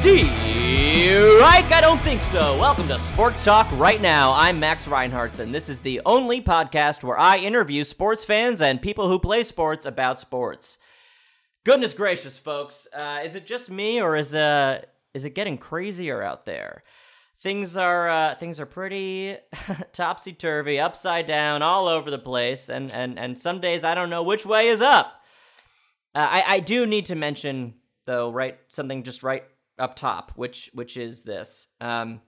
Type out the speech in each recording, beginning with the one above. Steve Reich, I don't think so. Welcome to Sports Talk right now. I'm Max Reinhardt, and this is the only podcast where I interview sports fans and people who play sports about sports. Goodness gracious, folks! Uh, is it just me, or is uh, is it getting crazier out there? Things are uh, things are pretty topsy turvy, upside down, all over the place, and and and some days I don't know which way is up. Uh, I, I do need to mention though, right something just right up top, which which is this. Um,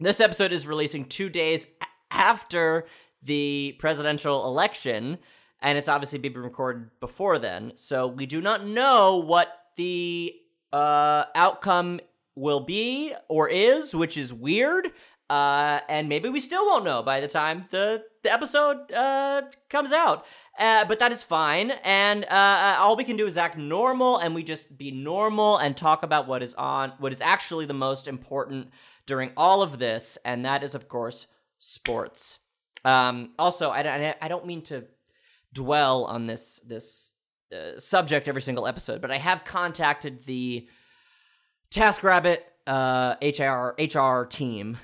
this episode is releasing two days a- after the presidential election, and it's obviously been recorded before then. So we do not know what the uh, outcome will be or is, which is weird. Uh, and maybe we still won't know by the time the, the episode uh, comes out. Uh, but that is fine. And uh, all we can do is act normal and we just be normal and talk about what is on, what is actually the most important during all of this. And that is, of course, sports. Um, also, I, I, I don't mean to dwell on this, this uh, subject every single episode, but I have contacted the TaskRabbit uh, HR, HR team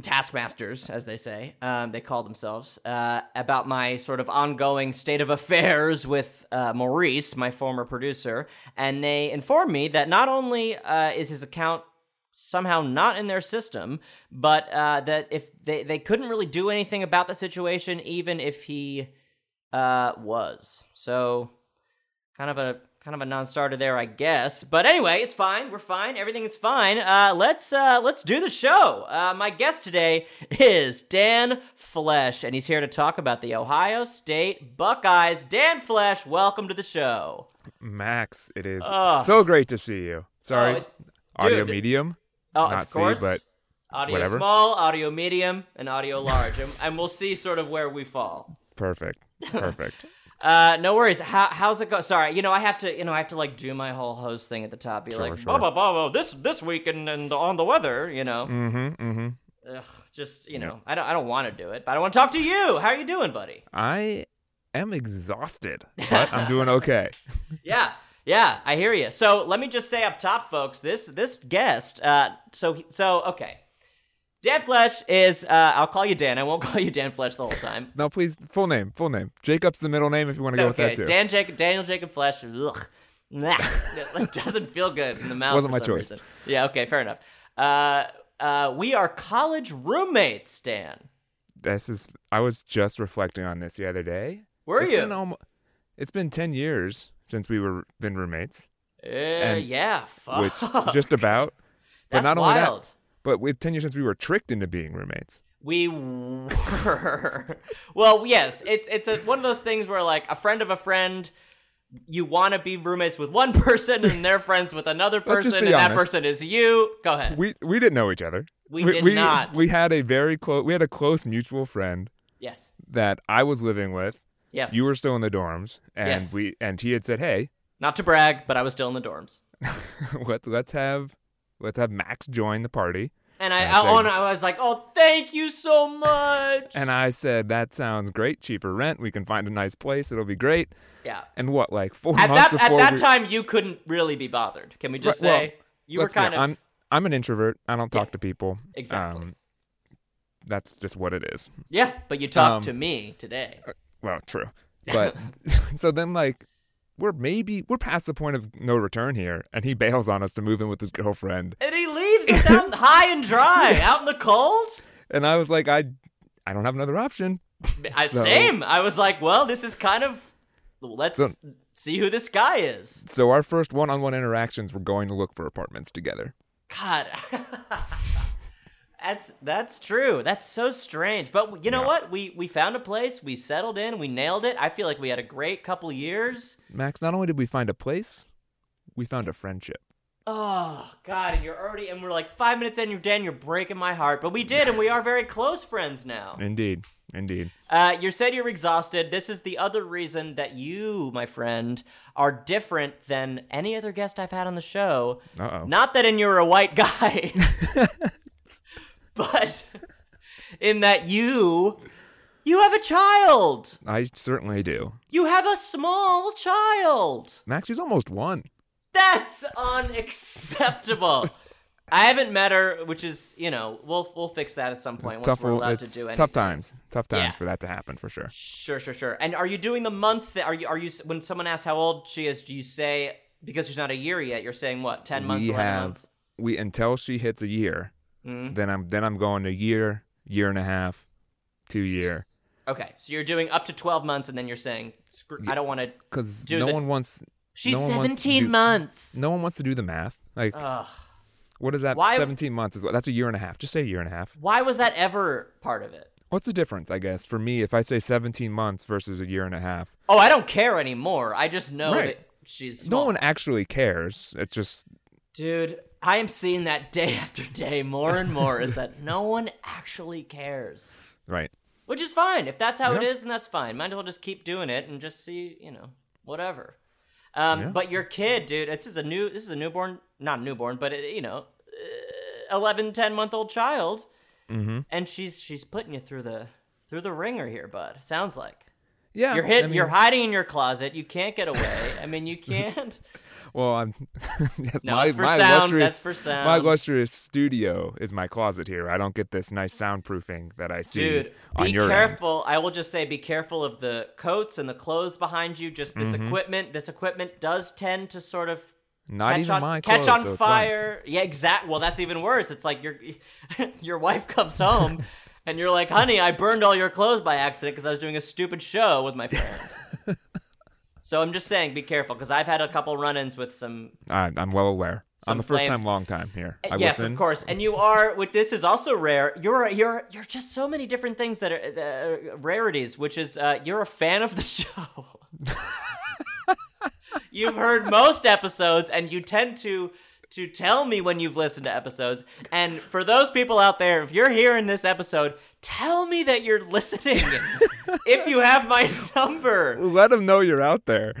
taskmasters, as they say, um, they call themselves, uh, about my sort of ongoing state of affairs with uh, Maurice, my former producer, and they informed me that not only uh, is his account somehow not in their system, but uh, that if they they couldn't really do anything about the situation, even if he uh, was so kind of a kind of a non-starter there, I guess. But anyway, it's fine. We're fine. Everything is fine. Uh, let's uh, let's do the show. Uh, my guest today is Dan Flesh, and he's here to talk about the Ohio State Buckeyes. Dan Flesh, welcome to the show. Max, it is Ugh. so great to see you. Sorry, Oh, it- audio dude. medium, Oh, not of course. see, but audio whatever. small, audio medium, and audio large, and, and we'll see sort of where we fall. perfect, perfect. Uh, no worries. How, how's it go? Sorry, you know I have to, you know I have to like do my whole host thing at the top, be Sure, like, sure. blah blah blah blah. This this week and, and on the weather, you know. mm-hmm, mm-hmm. Ugh, just you know, I don't I don't want to do it, but I want to talk to you. How are you doing, buddy? I am exhausted, but I'm doing okay. Yeah, yeah, I hear you. So let me just say up top, folks, this this guest. Uh, so so okay, Dan Flesh is. Uh, I'll call you Dan. I won't call you Dan Flesh the whole time. No, please, full name, full name. Jacob's the middle name if you want to go with okay, that too. Dan Jacob, Daniel Jacob Flesh. Ugh, nah, it doesn't feel good in the mouth. Wasn't for my some choice. reason. Yeah. Okay. Fair enough. Uh, uh, we are college roommates, Dan. this is. I was just reflecting on this the other day. Were It's you? Been almo- it's been ten years since we were been roommates, uh, yeah. Fuck. which just about. That's but not only wild. that, but with ten years since we were tricked into being roommates. We were. well, yes, it's it's a, one of those things where like a friend of a friend, you want to be roommates with one person and they're friends with another Let's person, just and be that honest. person is you. Go ahead. we we didn't know each other. We did not. We had a very close. We had a close mutual friend yes. that I was living with. Yes. You were still in the dorms, and Yes. we and he had said, "Hey, Not to brag, but I was still in the dorms. let let's have let's have Max join the party." And I, I I, see. and I was like, oh, thank you so much. And I said, "That sounds great. Cheaper rent. We can find a nice place. It'll be great." yeah. And what, like four At months that at before that we- time, you couldn't really be bothered. Can we just Right, well, say you were let's be hon- kind of I'm I'm an introvert. I don't talk to people. Exactly. Um, that's just what it is. yeah, but you talked um, to me today. Well, true. But so then like we're maybe we're past the point of no return here, and he bails on us to move in with his girlfriend. And he leaves us out high and dry, out in the cold. And I was like, I I don't have another option. I, So- same. I was like, well, this is kind of. Let's So- see who this guy is. So our first one on one interactions were going to look for apartments together. God. That's that's true. That's so strange. But you know Yeah. what? We we found a place. We settled in. We nailed it. I feel like we had a great couple years. Max, not only did we find a place, we found a friendship. Oh God! And you're already and we're like five minutes in. You're Dan. You're breaking my heart. But we did, and we are very close friends now. Indeed. Indeed. Uh, you said you're exhausted. This is the other reason that you, my friend, are different than any other guest I've had on the show. Uh-oh. Not that in you're a white guy, but in that you you have a child. I certainly do. You have a small child. Max, she's almost one. That's unacceptable. I haven't met her, which is, you know, we'll we'll fix that at some point once we're allowed to it's do anything. tough times. Tough times Yeah. for that to happen for sure. Sure, sure, sure. And are you doing the month? That, are you are you when someone asks how old she is, do you say because she's not a year yet? You're saying what? Ten months, we eleven have months. we until she hits a year. Mhm. Then I'm then I'm going a year, year and a half, two year. Okay, so you're doing up to twelve months, and then you're saying, Screw, I don't want to. Because Dude, no the- one wants She's no one wants to seventeen do- months. no one wants to do the math. Like Ugh. what is that? why- Seventeen months is what? That's a year and a half. Just say a year and a half. Why was that ever part of it? What's the difference? I guess for me, if I say seventeen months versus a year and a half, Oh, I don't care anymore. I just know Right. that she's no small. one actually cares. It's just Dude, I am seeing that day after day more and more is that no one actually cares. right. Which is fine. If that's how it Yeah. is, then that's fine. Might as well just keep doing it and just see, you know, whatever. Um, Yeah. But your kid, dude, this is a new, this is a newborn, not newborn, but uh, you know, uh, 11, 10 month old child, Mhm. and she's she's putting you through the through the ringer here, bud. Sounds like Yeah, you're I hid, mean, you're hiding in your closet. You can't get away. I mean, you can't. Well, I'm. yes, No, my, it's for my sound, illustrious- that's for sound. My illustrious studio is my closet here. I don't get this nice soundproofing that I see Dude, on be your end. careful. I will just say be careful of the coats and the clothes behind you. Just this Mm-hmm. equipment. This equipment does tend to sort of Not catch even on, my catch clothes, on so it's fine. fire. Yeah, exact. Well, that's even worse. It's like your your wife comes home and you're like, "Honey, I burned all your clothes by accident because I was doing a stupid show with my friend." so I'm just saying, be careful because I've had a couple run-ins with some I, I'm well aware. Some I'm a first flames. Eh, time, long time here. I yes, listen. of course. And you are. With this is also rare. You're you're you're just so many different things that are uh, rarities. Which is uh, you're a fan of the show. you've heard most episodes, and you tend to to tell me when you've listened to episodes. And for those people out there, if you're hearing this episode, tell me that you're listening. if you have my number. Let them know you're out there.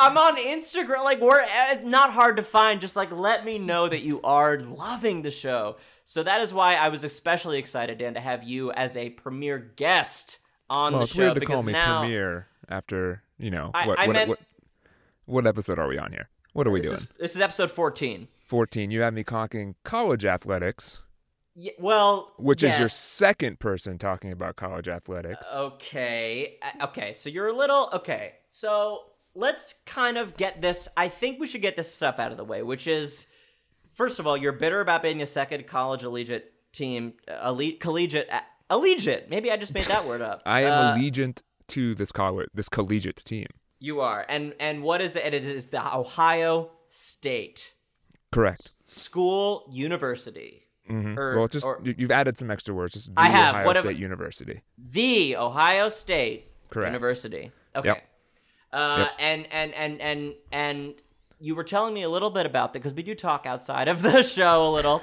I'm on Instagram. Like we're eh, not hard to find. Just like let me know that you are loving the show. So that is why I was especially excited, Dan, to have you as a premier guest on Well, the it's show weird to because call me now premiere after you know I- what, I what, meant- what what episode are we on here? What are we this doing? is, this is episode 14. Fourteen. You had me talking college athletics, Y- well, which is your yes. second person talking about college athletics. Okay. Uh, Okay. So you're a little. Okay. So let's kind of get this. I think we should get this stuff out of the way, which is first of all, you're bitter about being a second college collegiate team, uh, elite collegiate. a- Allegiant. Maybe I just made that word up. I am Uh, allegiant to this college, this collegiate team. You are. And and what is it? And it is the Ohio State Correct. School University. Or, Mm-hmm. well, just or you, you've added some extra words. Just I the have. Ohio What if- State University. the Ohio State Correct. University. Okay. Yep. Uh, Yep. And and and and and you were telling me a little bit about that because we do talk outside of the show a little.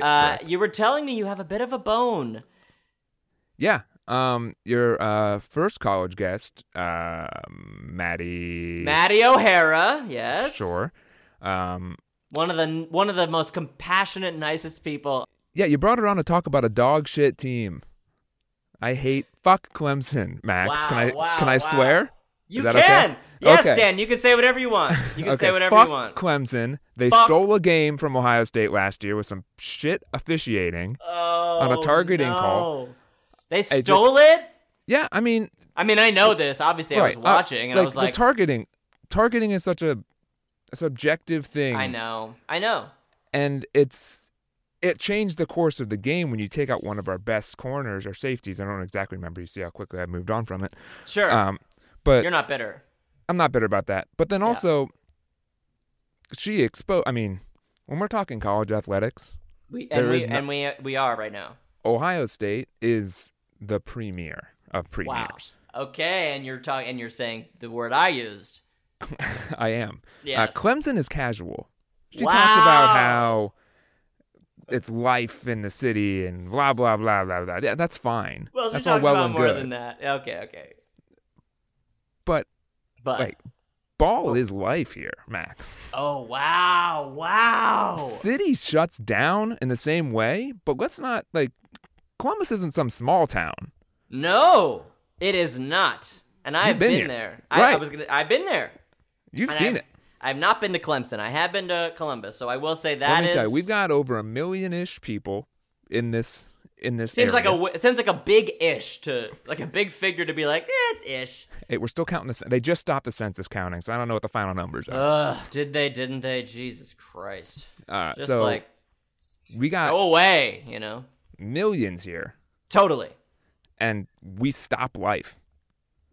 uh, correct. you were telling me you have a bit of a bone. Yeah. Um, your uh, first college guest, uh, Maddie. Maddie O'Hara, yes, Sure. Um, one of the one of the most compassionate, nicest people. yeah, you brought her on to talk about a dog shit team. I hate fuck Clemson, Max. Wow, can I wow, can I wow. swear? You that can, okay? yes, Okay. Dan. You can say whatever you want. You can okay, say whatever fuck you want. Clemson. They Fuck- stole a game from Ohio State last year with some shit officiating. oh, on a targeting no. call. They just- stole it. Yeah, I mean, I mean, I know this. Obviously, I was uh, watching, and I was like, the targeting. Targeting is such a, a subjective thing. I know, I know. and it's it changed the course of the game when you take out one of our best corners or safeties. I don't exactly remember. You see how quickly I moved on from it. Sure, Um, but you're not bitter. I'm not bitter about that. But then Yeah. also, she exposed. I mean, when we're talking college athletics, We and There we is no- and we we are right now. Ohio State is the premier of Wow. premiers. Okay, and you're talking and you're saying the word I used. I am. Yes. Uh, Clemson is casual. She talked Wow. about how it's life in the city and blah blah blah blah blah. Yeah, that's fine. Well, she that's talks about more than that. Okay, okay. But But like, ball is life here, Max. oh wow, wow. City shuts down in the same way, but let's not like Columbus isn't some small town. No, it is not. And I You've have been been, here. there. I, I Right. was gonna. I've been there. You've And seen I, it. I've not been to Clemson. I have been to Columbus, so I will say that Let me is- tell you, we've got over a million ish people in this in this. seems like area. a w- it seems like a big ish to like a big figure to be like eh, it's ish. Hey, we're still counting this. They just stopped the census counting, so I don't know what the final numbers are. Ugh, did they? Didn't they? Jesus Christ! All right, Just Uh, so uh, like Oh. we got go away, you know. millions here, Totally. and we stop life.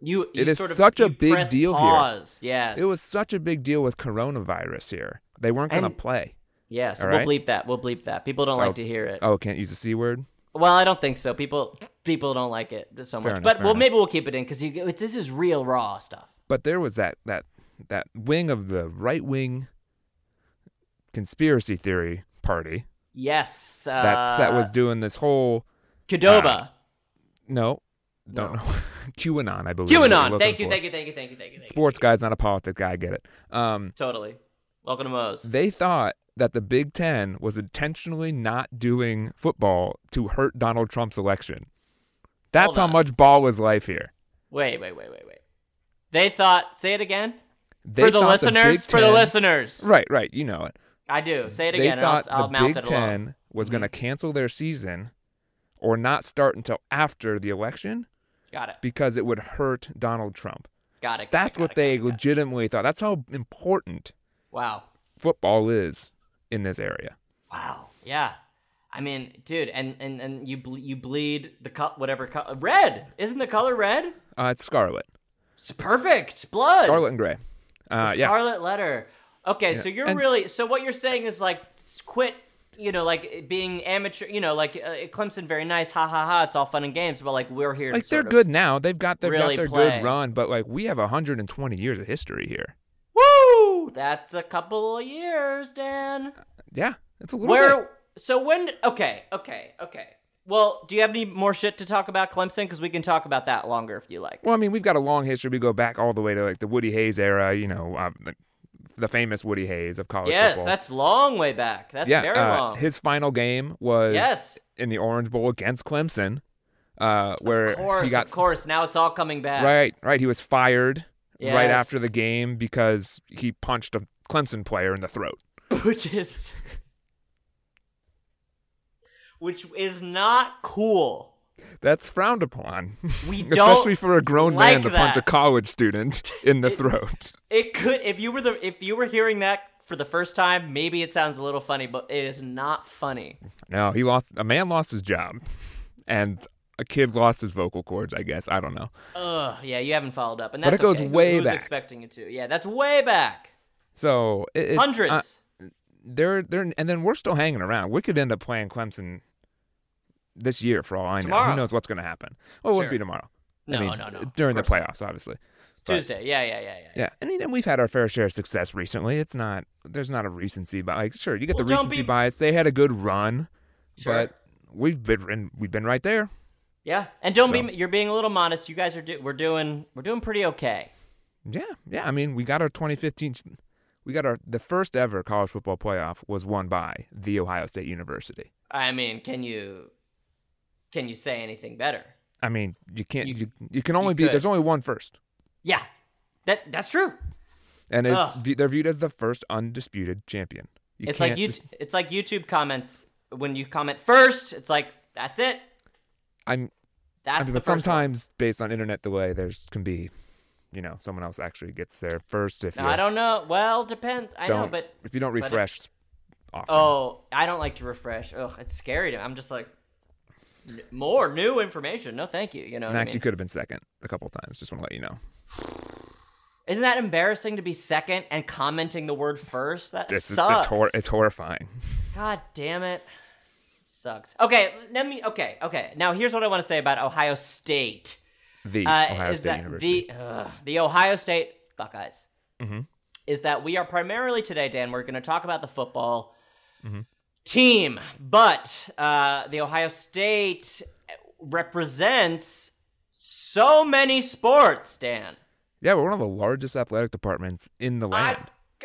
You. you It is sort of, such a you big press deal here. pause. here. Yes. It was such a big deal with coronavirus here. They weren't going to And- play. Yes. all We'll right. bleep that. We'll bleep that. People don't like to hear it. Oh, can't use the c word. Well, I don't think so. People people don't like it so much. enough, but fair well, enough. maybe we'll keep it in because this is real raw stuff. But there was that that that wing of the right wing conspiracy theory party Yes. Uh, that's that was doing this whole Qdoba. no, don't know QAnon. I believe. is what QAnon. we're Thank you. looking for. Thank you. Thank you. Thank you. Thank you. Thank you. Sports guy's not a politic guy. I get it. Um, Totally. Welcome to Moe's. they thought that the Big Ten was intentionally not doing football to hurt Donald Trump's election. That's Hold how on. much ball was life here. Wait. Wait. Wait. Wait. Wait. They thought. Say it again. They for the thought Big listeners. for the Ten- listeners. Right, right. You know it. I do. Say it They again. and thought I'll, I'll the mouth Big it Ten along. Mm-hmm. was going to cancel their season or not start until after the election Got it. because it would hurt Donald Trump. Got it. got That's it, what got it, they got it, got it. legitimately thought. That's how important Wow. football is in this area. Wow. Yeah. I mean, dude, and and and you ble- you bleed the co- whatever co- red. Isn't the color red? Uh, it's scarlet, It's perfect. Blood. scarlet and gray. Uh, yeah, Scarlet letter. Okay, so you're And- really so what you're saying is like s- quit, you know, like being amateur, you know, like uh, Clemson very nice, ha ha ha, it's all fun and games, but like we're here like to they're sort of- good now. They've got they've really got their play. good run, but like we have 120 years of history here. Woo! That's a couple of years, Dan. Yeah, it's a little Where bit. so when okay, okay, okay. Well, do you have any more shit to talk about Clemson cuz we can talk about that longer if you like. Well, I mean, we've got a long history. We go back all the way to like the Woody Hayes era. You know, um, the, the famous Woody Hayes of college yes, football. that's long way back. That's yeah. very uh, long. His final game was Yes. in the Orange Bowl against Clemson, uh, where of course, he got of course. Now it's all coming back. right, right. He was fired right after Yes. the game because he punched a Clemson player in the throat. which is which is not cool. That's frowned upon. We don't especially for a grown man like to punch a that. college student in the throat. It could if you were the if you were hearing that for the first time, maybe it sounds a little funny, but it is not funny. No, he lost. A man lost his job, and a kid lost his vocal cords. I guess I don't know. Ugh, yeah, you haven't followed up, and But that's it goes okay. way Who's back. expecting it to? Yeah, that's way back. So it, it's, Hundreds. Uh, they're they're and then we're still hanging around. We could end up playing Clemson this year for all I know. Tomorrow. Who knows what's going to happen? Well, it wouldn't Sure. be tomorrow. No, I mean, no, no, During the of course playoffs, obviously. it's Tuesday. Yeah, yeah, yeah, yeah. Yeah, I mean, and we've had our fair share of success recently. It's not there's not a recency bias. Like, sure, you get the Well, don't recency be- bias. They had a good run, Sure. but we've been we've been right there. Yeah, and don't So- be you're being a little modest. You guys are do, we're doing we're doing pretty okay. Yeah, yeah. I mean, we got our 2015. We got our the first ever college football playoff was won by the Ohio State University. I mean, can you can you say anything better? I mean, you can't You- you you, can only be could. there's only one first, Yeah, that that's true. and it's Ugh. vi- they're viewed as the first undisputed champion. You it's like can't you. dis- it's like YouTube comments. When you comment first, it's like that's it. I'm. That's I mean, the but first. one. sometimes based on internet delay, there's can be, you know, someone else actually gets there first if No, you I don't know. Well, depends. I know, don't- but uh, if you don't it- refresh often. oh, I don't like to refresh. Ugh, it's scary to. I'm just like n- more new information. No, thank you. You know, what I Max, you mean? could have been second a couple times. Just want to let you know. isn't that embarrassing to be second and commenting the word first? That It's, it's, sucks. hor- it's horrifying. God damn it. Sucks. Okay, let me. Okay, okay. Now here's what I want to say about Ohio State. The uh, Ohio is State that University. Mm-hmm. The, ugh, the Ohio State Buckeyes. Mm-hmm. Is that we are primarily today, Dan, we're going to talk about the football team. But uh, the Ohio State represents so many sports, Dan. Yeah, we're one of the largest athletic departments in I, the land.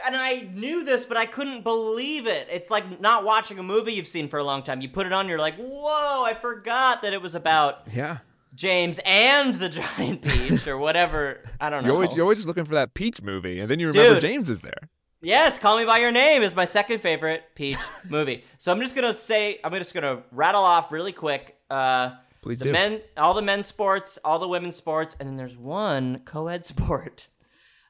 and I knew this, but I couldn't believe it. It's like not watching a movie you've seen for a long time. You put it on, you're like, whoa, I forgot that it was about yeah. James and the Giant Peach or whatever. I don't know. You're always, you're always just looking for that Peach movie, and then you remember Oh. Dude. James is there. Yes, Call Me by Your Name is my second favorite Peach movie. So I'm just gonna say I'm just gonna rattle off really quick. Uh, Please the do. men, all the men's sports, all the women's sports, and then there's one co-ed sport.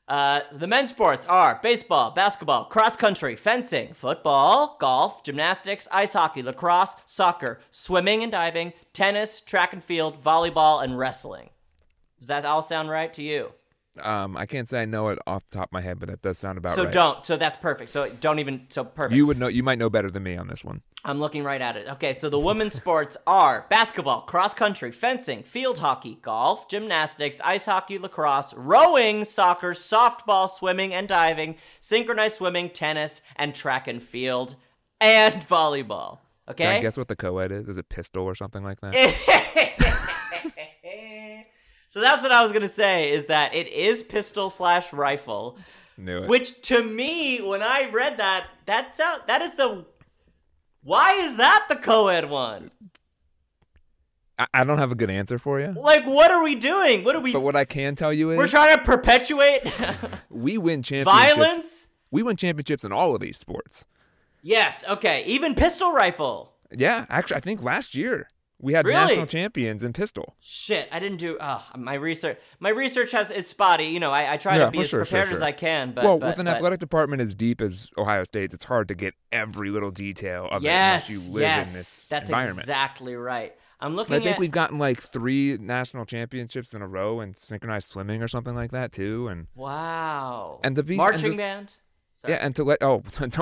Uh, the men's sports are baseball, basketball, cross country, fencing, football, golf, gymnastics, ice hockey, lacrosse, soccer, swimming and diving, tennis, track and field, volleyball, and wrestling. Does that all sound right to you? Um, I can't say I know it off the top of my head, but that does sound about So right. don't. So that's perfect. So don't even. So perfect. You would know. You might know better than me on this one. I'm looking right at it. Okay, so the women's sports are basketball, cross country, fencing, field hockey, golf, gymnastics, ice hockey, lacrosse, rowing, soccer, softball, swimming and diving, synchronized swimming, tennis, and track and field, and volleyball. Can Okay? Eh, I guess what the co-ed is? Is it pistol or something like that? so that's what I was going to say is that it is pistol slash rifle. Knew it. Which to me, when I read that, that's out. That is the. Why is that the co-ed one? I, I don't have a good answer for you. Like, what are we doing? What are we? But what I can tell you is We're trying to perpetuate we win championships. violence. We win championships in all of these sports. Yes. Okay. Even pistol rifle. Yeah, actually, I think last year we had Really? national champions in pistol. Shit, I didn't do. Oh, my research. My research has is spotty. You know, I, I try Yeah, to be for as sure, sure, prepared as sure. I can. But well, but- with an but- athletic department as deep as Ohio State's, it's hard to get every little detail of yes, it unless you live yes, in this that's environment. exactly right. I'm And I looking think at. we've gotten like three national championships in a row and synchronized swimming or something like that too. And wow. and to be- and marching just- band. yeah, and to let oh don't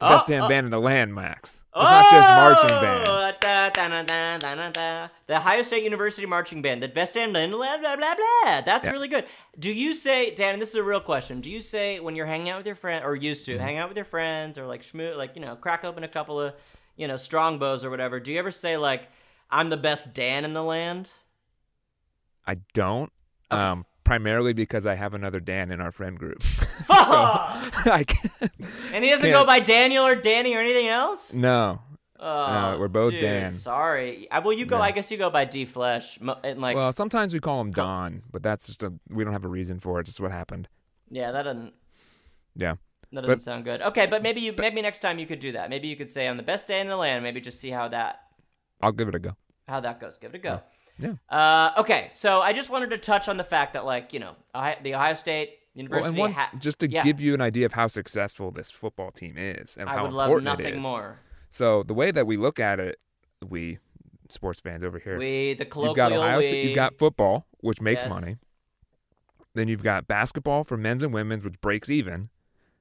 the Oh, best damn oh. band in the land, Max. It's not just marching band. Oh, da, da, da, da, da, da, da. The Ohio State University marching band, the best band, in- blah blah blah blah. That's Yeah. really good. Do you say, Dan? and This is a real question. Do you say when you're hanging out with your friend, or used Mm-hmm. to hang out with your friends, or like schmoo, like you know, crack open a couple of, you know, strongbows or whatever? Do you ever say like, "I'm the best Dan in the land"? I don't. Um, primarily because I have another Dan in our friend group. Fuck! I can't. and he doesn't can't- go by Daniel or Danny or anything else. No. Oh, we're both dude, Dan. Sorry. I, well, you go. I guess you go by D Flesh. mo- And like, Well, sometimes we call him Don, but that's just a we don't have a reason for it. Just what happened. yeah, that doesn't. Yeah. That doesn't But- sound good. Okay, but maybe you maybe next time you could do that. Maybe you could say on the best day in the land. Maybe just see how that I'll give it a go. how that goes. Give it a go. Yeah. Uh, okay, so I just wanted to touch on the fact that like you know Ohio, the Ohio State Well, and University one, ha- just to yeah, give you an idea of how successful this football team is and I how would love important it nothing is. more. So the way that we look at it, we sports fans over here, We the you've colloquial got Ohio State, we- you've got football, which makes Yes. money. Then you've got basketball for men's and women's, which breaks even,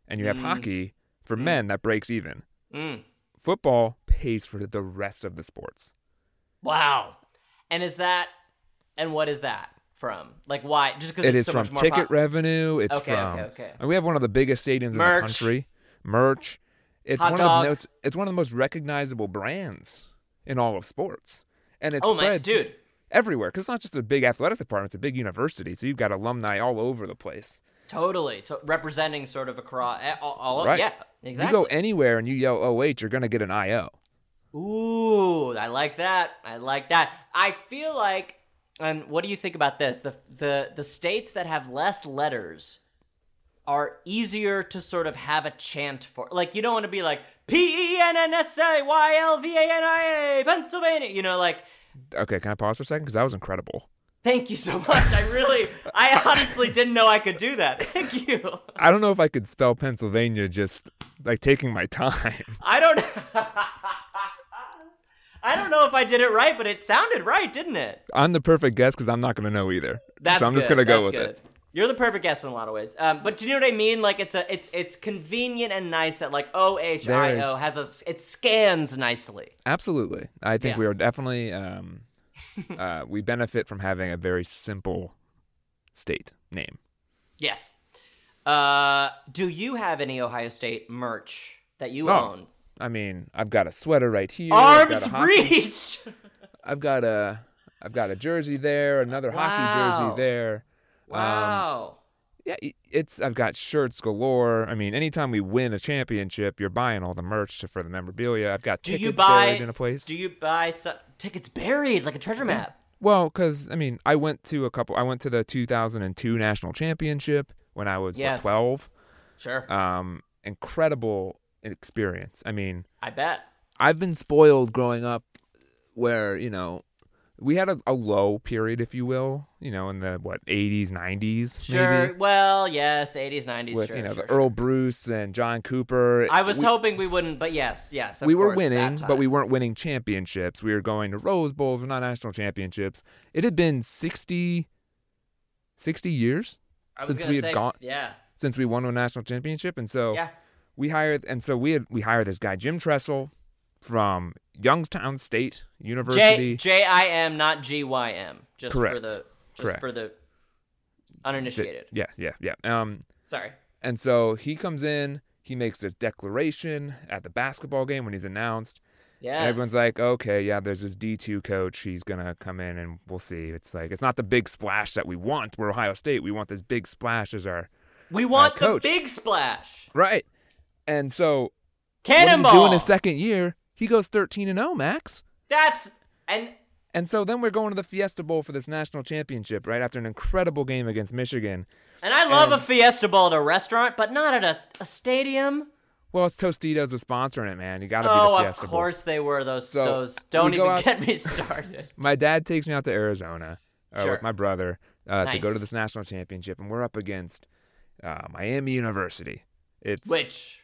and you have hockey for men that breaks even. Mm. Football pays for the rest of the sports. wow. And is that and what is that from? Like why? Just because It it's is so from much more ticket pop- revenue. It's Okay, from okay, okay. and we have one of the biggest stadiums in Merch. the country. Merch. It's Hot one dog. of the most, it's one of the most recognizable brands in all of sports, and it Oh my spreads dude. everywhere because it's not just a big athletic department; it's a big university. So you've got alumni all over the place. Totally, to- representing sort of across eh, all, all of- Right. yeah, exactly. You go anywhere and you yell "OH," you're gonna get an IO. Ooh, I like that. I like that. I feel like, and what do you think about this? The the the states that have less letters are easier to sort of have a chant for. Like you don't want to be like P E N N S A Y L V A N I A Pennsylvania. You know, like Okay, can I pause for a second? Because that was incredible. thank you so much. I really, I honestly didn't know I could do that. Thank you. I don't know if I could spell Pennsylvania just like taking my time. I don't. I don't know if I did it right, but it sounded right, didn't it? I'm the perfect guess because I'm not gonna know either. That's so I'm just good. gonna go That's with good. it. You're the perfect guest in a lot of ways. Um, but do you know what I mean? Like it's a it's it's convenient and nice that like O H I O There has a s- it scans nicely. Absolutely. I think Yeah. we are definitely um, uh, we benefit from having a very simple state name. Yes. Uh, do you have any Ohio State merch that you Oh. own? I mean, I've got a sweater right here. I've got Arms a hockey- Um, reach. I've got a I've got a jersey there, another hockey Wow. jersey there. wow. Yeah, i- it's I've got shirts galore. I mean, anytime we win a championship, you're buying all the merch to- for the memorabilia. I've got Do tickets you buy buried in a place. Do you buy so- tickets buried like a treasure map? Well, because I mean, I went to a couple. I went to the 2002 national championship when I was what, Yes. 12. Sure. Um, incredible experience. I mean, I bet. I've been spoiled growing up, where you know, we had a, a low period, if you will, you know, in the what 80s, 90s, Sure. maybe, Well, yes, 80s, 90s. with sure, you know sure, the sure. Earl Bruce and John Cooper. I was We- hoping we wouldn't, but yes, yes. of we were course, that winning, but time. we weren't winning championships. We were going to Rose Bowls, but not national championships. It had been 60, 60 years I was since gonna we had say- gone- Yeah. since we won a national championship, and so Yeah. we hired, and so we had we hired this guy Jim Tressel from Youngstown State J University. J I M, not G Y M. Just for Correct. the just Correct. for the uninitiated. Yeah, yeah, yeah. Um, Sorry. And so he comes in, he makes this declaration at the basketball game when he's announced. Yes. And everyone's like, okay, yeah, there's this D2 coach. He's going to come in and we'll see. It's like, it's not the big splash that we want. We're Ohio State. We want this big splash as our. we want the coach. big splash. Right. And so Cannonball. what does he do in his second year? He goes 13 and 0, Max. That's and And so then we're going to the Fiesta Bowl for this national championship, right? After an incredible game against Michigan. and I love a And- Fiesta Bowl at a restaurant, but not at a, a stadium. Well, it's Tostitos was sponsoring it, man. You got to Oh, be the of Fiesta Bowl. course they were those So, those don't we go even out- get me started. my dad takes me out to Arizona uh, Sure. with my brother uh, to go Nice. to this national championship, and we're up against uh, Miami University. It's Which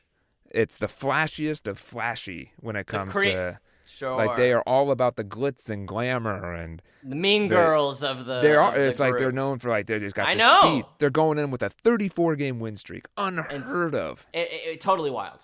it's the flashiest of flashy when it comes cre- to sure like they are all about the glitz and glamour, and the mean they're- girls of the they of are. the It's like they're group. known for like they just got. I this know. heat. They're going in with a 34 game win streak, unheard of. It- it- it- totally wild.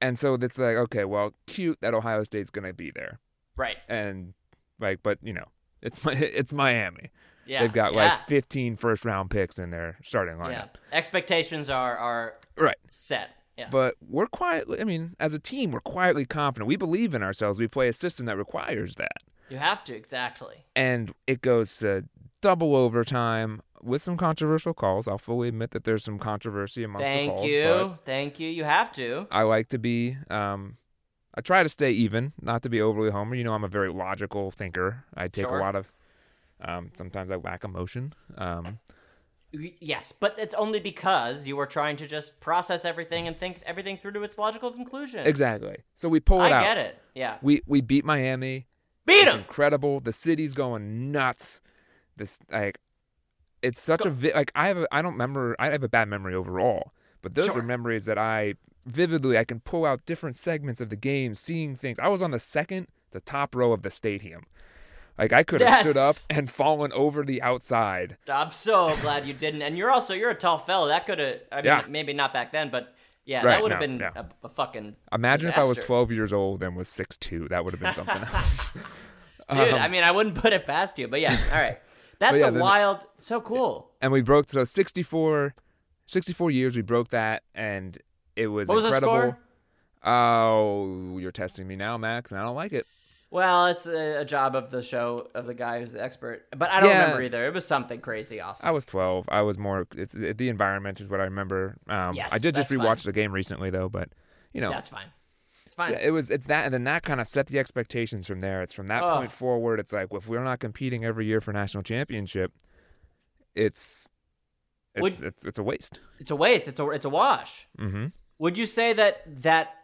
And so it's like okay, well, cute that Ohio State's gonna be there, Right. and like, but you know, it's my it's Miami. Yeah. They've got yeah. like 15 first round picks in their starting yeah. lineup. Expectations are are Right. set. Yeah. But we're quietly, I mean, as a team, we're quietly confident. We believe in ourselves. We play a system that requires that. you have to exactly. And it goes to double overtime with some controversial calls. I'll fully admit that there's some controversy amongst the Thank calls. you. Thank you. You have to. but I like to be, um, I try to stay even, not to be overly homer. You know, I'm a very logical thinker. I take Sure. a lot of, um, sometimes I lack emotion. Um, Y- Yes, but it's only because you were trying to just process everything and think everything through to its logical conclusion. exactly. So we pull I it out. get it. Yeah. We, we beat Miami. Beat It's him. incredible. The city's going nuts. This like, it's such a vi- like I have a I don't remember I have a bad memory overall, but those Sure. are memories that I vividly I can pull out different segments of the game, seeing things. I was on the second to top row of the stadium. Like I could have stood up That's- and fallen over the outside. I'm so glad you didn't. And you're also you're a tall fella. That could have. I mean, Yeah. maybe not back then, but yeah, that Right, would have no, been no. a, a fucking. Imagine if I was disaster. 12 years old and was 6'2". That would have been something. Dude, I mean, I wouldn't put it past you. But yeah, all right. That's um, yeah, a then- wild. So cool. and we broke so 64, 64 years we broke that and it was What was the incredible. score? Oh, you're testing me now, Max, and I don't like it. Well, it's a, a job of the show of the guy who's the expert, but I don't Yeah. remember either. It was something crazy awesome. I was 12. I was more. It's it, the environment is what I remember. Um, Yes, I did just that's fine. rewatch the game recently though, but you know, That's fine. It's fine. yeah, it was it's that, and then that kind of set the expectations from there. It's from that Oh. point forward. It's like well, if we're not competing every year for national championship, it's it's Would- it's, it's a waste. It's a waste. It's a it's a wash. hmm Would you say that that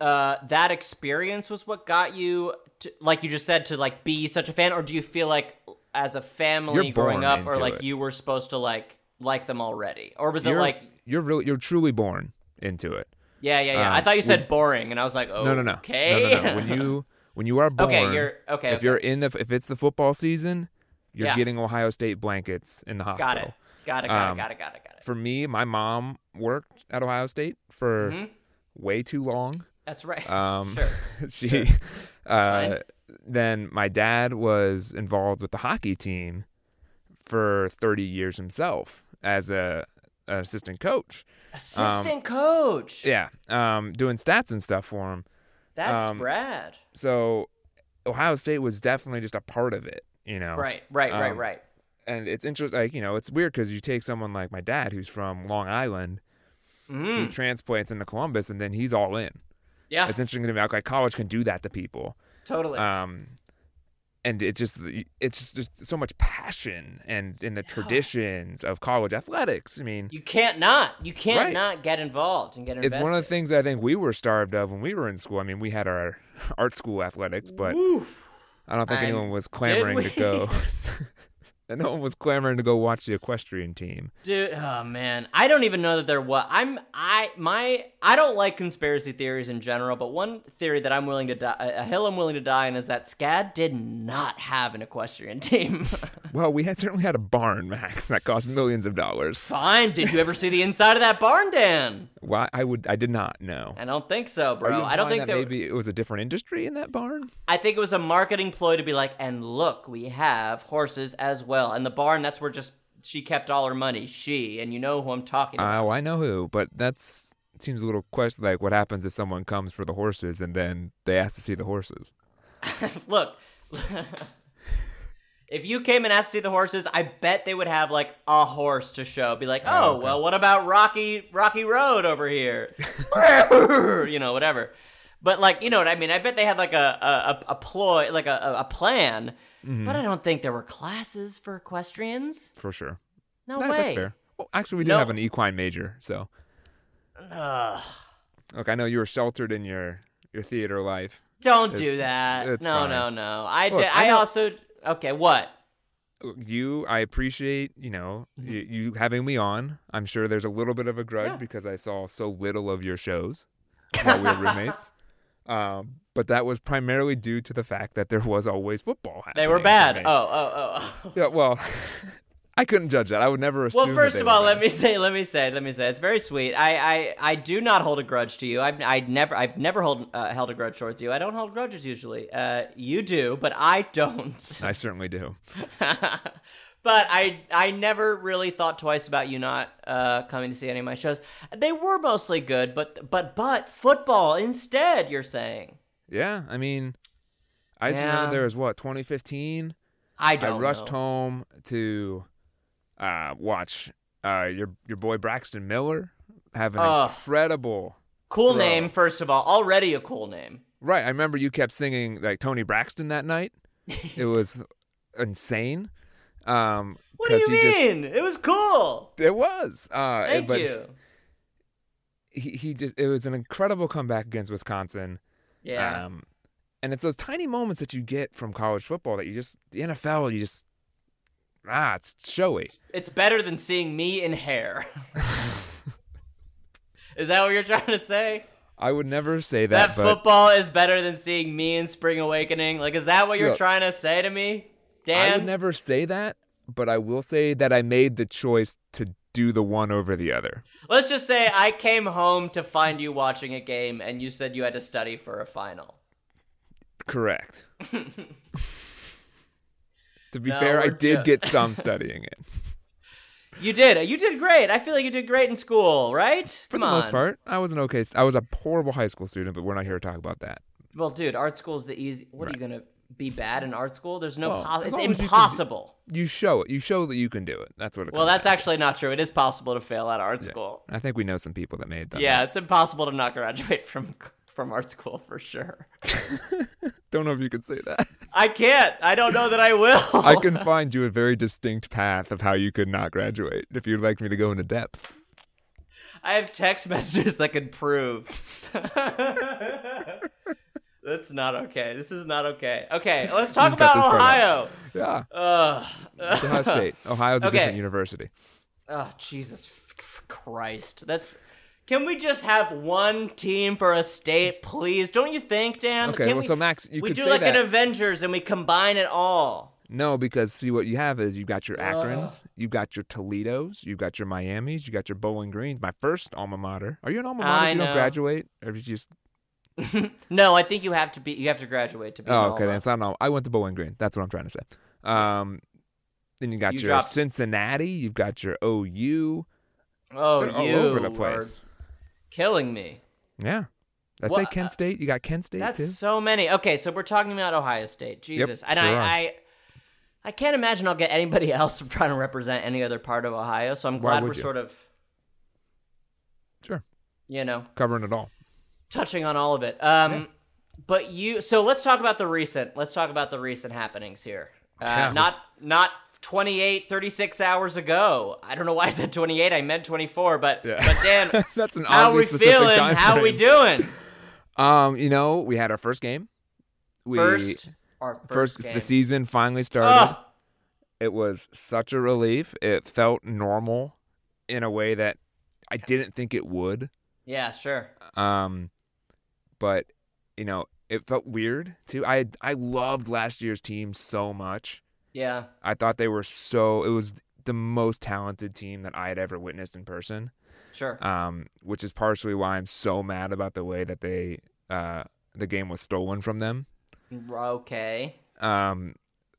uh, that experience was what got you, to, like you just said, to like be such a fan, or do you feel like as a family You're growing born up, or into like it. you were supposed to like like them already, or was it You're like you're really you're truly born into it. yeah yeah yeah? I um, thought you said boring, and I was like, oh No, no, no, okay, no, no, no. When you when you are born, okay, you're okay, if okay. you're in the if it's the football season, you're Yeah. getting Ohio State blankets in the hospital. got it, got it, got Um, it, got it, got it, got it. For me, my mom worked at Ohio State for Mhm. way too long. That's right. Um, Sure. she Sure. uh, then my dad was involved with the hockey team for 30 years himself as a an assistant coach. Assistant coach. Yeah, um, doing stats and stuff for him. That's um, Brad. So Ohio State was definitely just a part of it, you know. Right, right, right, um, right. And it's interesting, like you know, it's weird because you take someone like my dad who's from Long Island, who Mm, transplants into Columbus, and then he's all in. yeah, It's interesting to me how like college can do that to people. totally. Um, and it just it's just, just so much passion and in the traditions of college athletics. I mean, you can't not. You can't Right. not get involved and get it's invested. one of the things I think we were starved of when we were in school. I mean, we had our art school athletics, but Woo. I don't think I'm- anyone was clamoring to we? go. and no one was clamoring to go watch the equestrian team. Dude, oh man, I don't even know that there was. I'm I my I don't like conspiracy theories in general, but one theory that I'm willing to die, a a hill I'm willing to die on is that SCAD did not have an equestrian team. Well, we had certainly had a barn, Max, that cost millions of dollars. Fine. Did you ever see the inside of that barn, Dan? Why? I would. I did not know. I don't think so, Are you bro. I don't implying think that there. maybe it was a different industry in that barn. I think it was a marketing ploy to be like, and look, we have horses as well, and the barn. That's where just she kept all her money. She and you know who I'm talking about. Oh, I know who, but that's seems a little question. Like, what happens if someone comes for the horses and then they ask to see the horses? look if you came and asked to see the horses i bet they would have like a horse to show be like oh okay. well what about rocky rocky road over here you know whatever but like you know what i mean i bet they had like a a, a- a ploy like a, a- a plan Mm-hmm. but i don't think there were classes for equestrians For sure. no That- way That's fair. Well, actually, we did No. have an equine major, so Ugh. look, I know you were sheltered in your your theater life. don't It's- do that it's no fine. no no i Look, did, I i, know- also okay what You, I appreciate you know you, you having me on. I'm sure there's a little bit of a grudge Mm-hmm. Yeah. because I saw so little of your shows while we were roommates. Um, but that was primarily due to the fact that there was always football. they were happening for bad me. oh oh oh Yeah, well, I couldn't judge that. I would never assume. Well, that first they of were all, bad. let me say, let me say, let me say, it's very sweet. I, I, I do not hold a grudge to you. I've, I never, I've never hold, uh, held a grudge towards you. I don't hold grudges usually. Uh, you do, but I don't. I certainly do. but I, I never really thought twice about you not uh, coming to see any of my shows. They were mostly good, but, but, but football instead. You're saying Yeah, I mean, I just Yeah. remember there was what 2015. I I don't. rushed know. home to uh, watch uh, your your boy Braxton Miller have an Ugh. incredible. Cool Bro. name, first of all. Already a cool name. Right, I remember you kept singing like Tony Braxton that night. it was insane. Um, What do 'cause you he just- mean? It was cool. it was. Uh, Thank but you. He, he just it was an incredible comeback against Wisconsin. Yeah. Um, and it's those tiny moments that you get from college football that you just the NFL you just ah it's showy. It's better than seeing me in hair. is that what you're trying to say? I would never say That, that, but football is better than seeing me in Spring Awakening? Like, is that what you're Look, trying to say to me? I Dan? would never say that. But I will say that I made the choice to do the one over the other. Let's just say I came home to find you watching a game and you said you had to study for a final. Correct. to be No, fair, I we're did ju- get some studying it You did. You did great. I feel like you did great in school, right? for Come the most on. part. I was an okay. st- I was a horrible high school student, but we're not here to talk about that. Well, dude, art school's the easy. What are you going to be bad in art school? There's no. Well, pos- as it's long as you can do- impossible. You show it. You show that you can do it. That's what. It Well, comes that's down actually not true. It is possible to fail at art school. to. I think we know some people that may have done. that. Yeah, it's impossible to not graduate from from art school for sure. Don't know if you could say that. I can't. I don't know that I will. I can find you a very distinct path of how you could not graduate if you'd like me to go into depth. I have text messages that can prove. That's not okay. This is not okay. Okay, let's talk can about cut this part Ohio. out. Yeah, Ugh. it's Ohio State. Ohio's a Okay. different university. Oh, Jesus f- f- Christ. That's Can we just have one team for a state, please? Don't you think, Dan? Okay, Can well, we, so Max, you we could do say like that. an Avengers and we combine it all. no, because see what you have is you've got Uh. your Akrons, you've got your Toledos, you've got your Miamis, you got your Bowling Greens. My first alma mater. Are you an alma mater? I if you know. don't graduate, or if you just No, I think you have to be. You have to graduate to be. an oh, okay, alma. then it's not an alma. I went to Bowling Green. That's what I'm trying to say. Um, then you got You your dropped- Cincinnati. You've got your OU. Oh, They're all you over the were place. killing me. Yeah. Did I say Well, uh, Kent State? You got Kent State That's too? so many. Okay, so we're talking about Ohio State. Jesus, and sure are. I, I, I can't imagine I'll get anybody else trying to represent any other part of Ohio. So I'm Why glad would we're you? sort of, Sure. you know, Covering it all. touching on all of it. Um, but you. So let's talk about the recent. Let's talk about the recent happenings here. Uh, Yeah. Not not 28, 36 hours ago. I don't know why I said 28. I meant 24. But Yeah. but Dan, That's an how we oddly specific feeling? time How we frame. doing? Um, you know, we had our first game. We, First, our first, first, game. Oh, the season finally started. Ugh. It was such a relief. It felt normal in a way that I didn't think it would. yeah, sure. Um, but you know, it felt weird too. I I loved last year's team so much. Yeah. I thought they were so. It was the most talented team that I had ever witnessed in person. Sure. Um, which is partially why I'm so mad about the way that they uh the game was stolen from them. Okay. Um,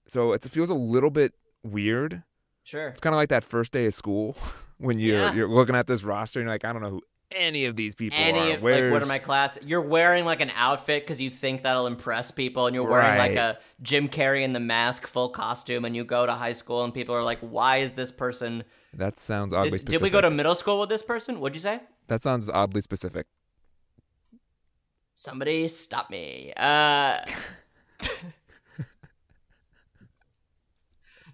so it's, it feels a little bit weird. Sure. It's kind of like that first day of school when you're Yeah. you're looking at this roster and you're like, I don't know who any of these people Any are. of, like what Where's- are my class? You're wearing like an outfit because you think that'll impress people, and you're wearing like Right. a Jim Carrey in the mask full costume, and you go to high school, and people are like, "Why is this person? that sounds oddly Did, specific. did we go to middle school with this person? What'd you say? That sounds oddly specific. Somebody stop me!" Uh,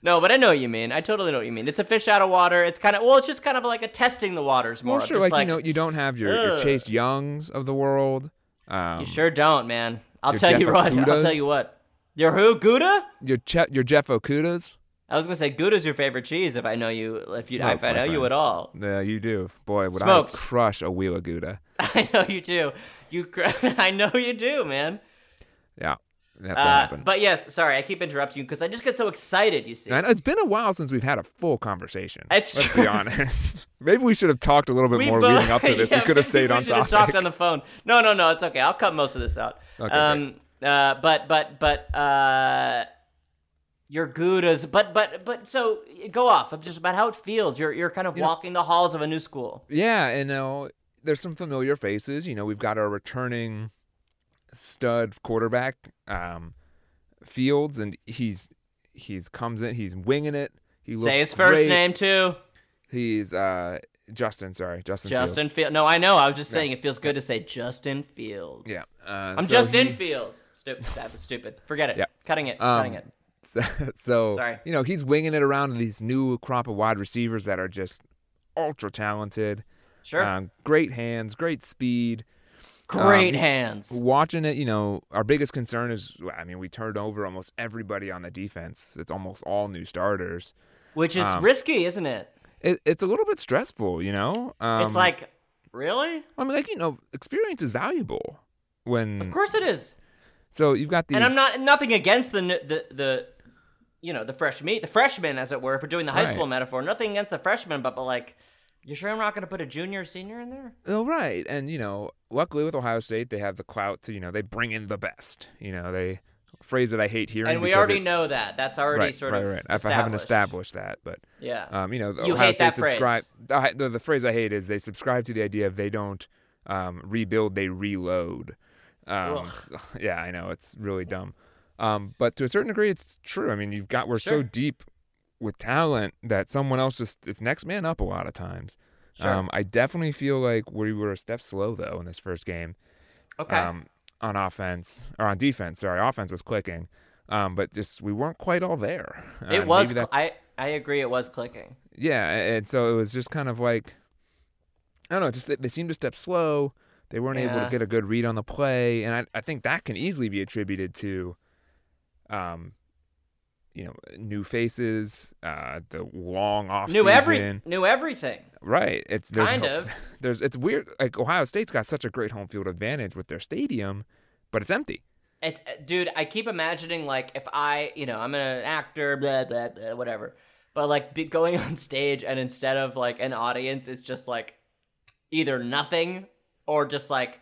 no, but I know what you mean. I totally know what you mean. It's a fish out of water. It's kind of well, it's just kind of like a testing the waters more. Well, of sure, just uh. like, you know, you don't have your, your Ugh. Chase Youngs of the world. Um, You sure don't, man. I'll Your tell you Jeff what. I'll Okudas? tell you what. Your who? Gouda? your che- your Jeff Okudas. I was gonna say Gouda's your favorite cheese. If I know you, if you, Smoked, if I my know you friend. at all, Yeah, you do. Boy, would Smoked. I crush a Wheel of Gouda. I know you do. You, cr- I know you do, man. Yeah, that, that Uh, happened. but yes, sorry, I keep interrupting you because I just get so excited. You see, And it's been a while since we've had a full conversation. It's let's true. be honest. Maybe we should have talked a little bit more both- leading up to this. yeah, we could have maybe stayed we on should have topic. talked on the phone. No, no, no. It's okay. I'll cut most of this out. Okay, um, uh, but but but uh, your Goudas. But but but so go off. I'm just about how it feels. You're you're kind of walking the halls of a new school. Yeah, and now there's some familiar faces. You know, we've got our returning stud quarterback, um, Fields, and he's he's comes in, he's winging it. He looks Say his first great. name too. He's uh, Justin. Sorry, Justin. Fields. Justin Field. No, I know. I was just saying it feels good to say Justin Fields. Yeah, uh, I'm so Justin he- Field. Stupid. That was stupid. Forget it. Yeah. Cutting it. Um, cutting it. So, so Sorry. you know, he's winging it around to these new crop of wide receivers that are just ultra talented. Sure. Um, great hands, great speed. Great um, hands. Watching it, you know, our biggest concern is I mean, we turned over almost everybody on the defense. It's almost all new starters. Which is um, risky, isn't it? It, it's a little bit stressful, you know? Um, It's like, really? I mean, like, you know, experience is valuable Of when. course it is. So you've got these. And I'm not nothing against the n- the the you know the fresh meat the freshmen as it were if we're doing the high Right. school metaphor nothing against the freshmen but but like you sure I'm not going to put a junior or senior in there Oh, right. And, you know, luckily with Ohio State, they have the clout to, you know, they bring in the best. You know, they. Phrase that I hate hearing. and we because already it's- know that that's already right, sort right, of right. If I haven't established that, but yeah um, you know, the You Ohio hate State that phrase. subscribe. The, the, the phrase I hate is they subscribe to the idea of they don't um, rebuild, they reload. Um, Ugh. so- yeah, I know it's really dumb, um, but to a certain degree, it's true. I mean, you've got we're Sure. so deep with talent that someone else just it's next man up a lot of times. Sure. Um, I definitely feel like we were a step slow though in this first game okay um, on offense or on defense. Sorry, offense was clicking, um, but just we weren't quite all there. Uh, It was. maybe Cl- that's- I I agree. It was clicking. yeah, a- and so it was just kind of like I don't know. Just they, they seemed to step slow. They weren't able Yeah. to get a good read on the play, and I, I think that can easily be attributed to, um, you know, new faces, uh, the long off Knew every knew everything. Right. It's there's Kind no- of. There's it's weird. Like Ohio State's got such a great home field advantage with their stadium, but it's empty. It's dude. I keep imagining like if I you know I'm an actor blah blah blah whatever, but like be going on stage and instead of like an audience, it's just like either nothing or just like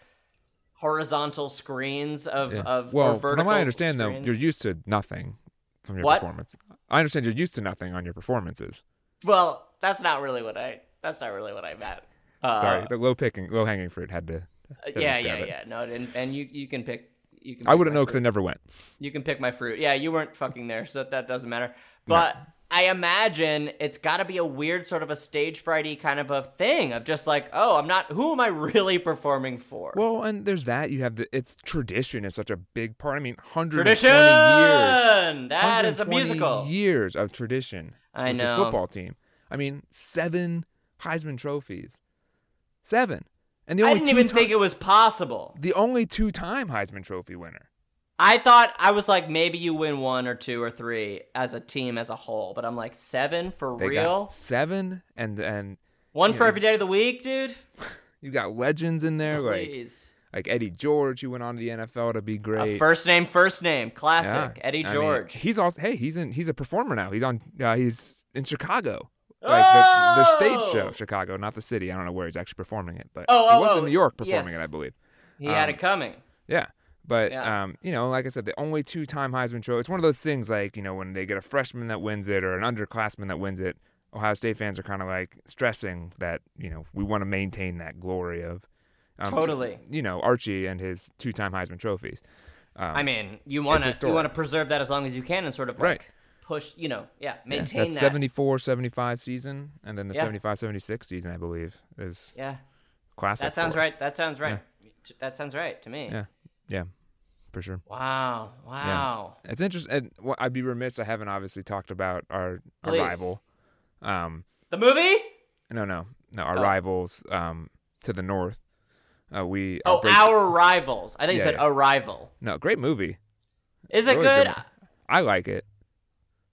horizontal screens of of well, or vertical. from what I understand screens. though, you're used to nothing from your What? performance. I understand you're used to nothing on your performances. well. That's not really what I That's not really what I meant. Uh, Sorry, the low picking, low hanging fruit had to. had to yeah, stab yeah, it. yeah. No, and and you you can pick. You can I pick wouldn't my know because I fruit. never went. You can pick my fruit. Yeah, you weren't fucking there, so that doesn't matter. But I imagine it's got to be a weird sort of a stage frighty kind of a thing of just like, oh, I'm not. Who am I really performing for? Well, and there's that. You have the. It's tradition is such a big part. I mean, hundred Tradition. years. That is a 120 musical. Years of tradition. I with This know. football team. I mean, seven Heisman trophies. Seven, and the I only didn't two even ti- think it was possible. the only two-time Heisman Trophy winner. I thought I was like maybe you win one or two or three as a team as a whole, but I'm like seven for They got real. seven, and and One for every day of the week, dude. you got legends in there like Please. like Eddie George, who went on to the NFL to be great. A first name, first name, Yeah. classic. Eddie I mean, George. he's also hey, he's in he's a performer now. He's on uh, he's in Chicago. Like the, the stage Oh! show, Chicago, not the city. I don't know where he's actually performing it, but Oh, oh, he was oh, in New York performing yes. it, I believe. he um, had it coming. Yeah. But Yeah. um, you know, like I said, the only two-time Heisman Trophy. It's one of those things, like you know, when they get a freshman that wins it or an underclassman that wins it, Ohio State fans are kind of like stressing that you know we want to maintain that glory of um, Totally. You know, Archie and his two-time Heisman trophies. I mean, you want to you historic. want to preserve that as long as you can and sort of like Right. push, you know, yeah, Yeah, maintain that's that. 74 75 season and then the Yeah. 75 76 season i believe is yeah. classic That sounds for us. right. That sounds right. T- That sounds right to me. yeah yeah for sure Wow. Wow. it's interesting and well, i'd be remiss i haven't obviously talked about our, our Please. rival um The movie? no no no our Oh. rivals um to the north uh we Oh, break- our rivals. I think you Yeah, said yeah. arrival. no great movie Is it Really good? Uh, mo- i like it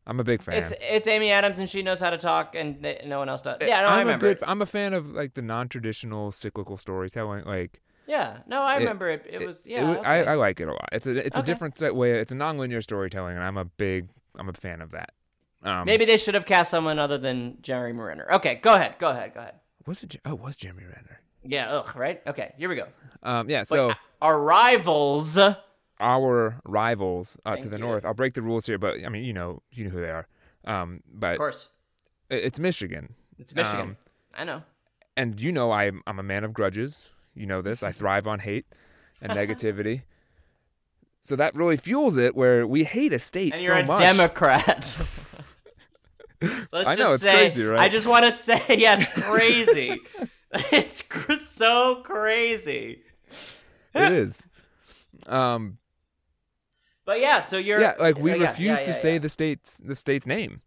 i'm a big fan It's it's Amy Adams and she knows how to talk and they, no one else does. Yeah, no, Eh, I'm I a remember. good. it. I'm a fan of like the non-traditional cyclical storytelling. Like Yeah, no, I It- remember it. It, was yeah. wa- I, okay. I like it a lot. It's a it's Okay. a different set way. It's a nonlinear storytelling, and I'm a big I'm a fan of that. Um, Maybe they should have cast someone other than Jerry Marinner. Okay, go ahead, go ahead, go ahead. was it? J- Oh, it was Jeremy Renner? Yeah, ugh, right? Okay, here we go. Um, yeah. But So our rivals. our rivals uh, to Thank the you. north. I'll break the rules here, but I mean, you know, you know who they are. Um, Of but course, i- it's Michigan, it's Michigan. um, I know. and you know, I'm I'm a man of grudges. You know this. I thrive on hate and negativity. So that really fuels it, where we hate a state And so you're a much. Democrat. Let's I just know, it's say, crazy, right? I just want to say, yeah, it's crazy. it's cr- so crazy. it is. Um, But yeah, so you're yeah, like we yeah, yeah, refuse yeah, to yeah. say the state's the state's name.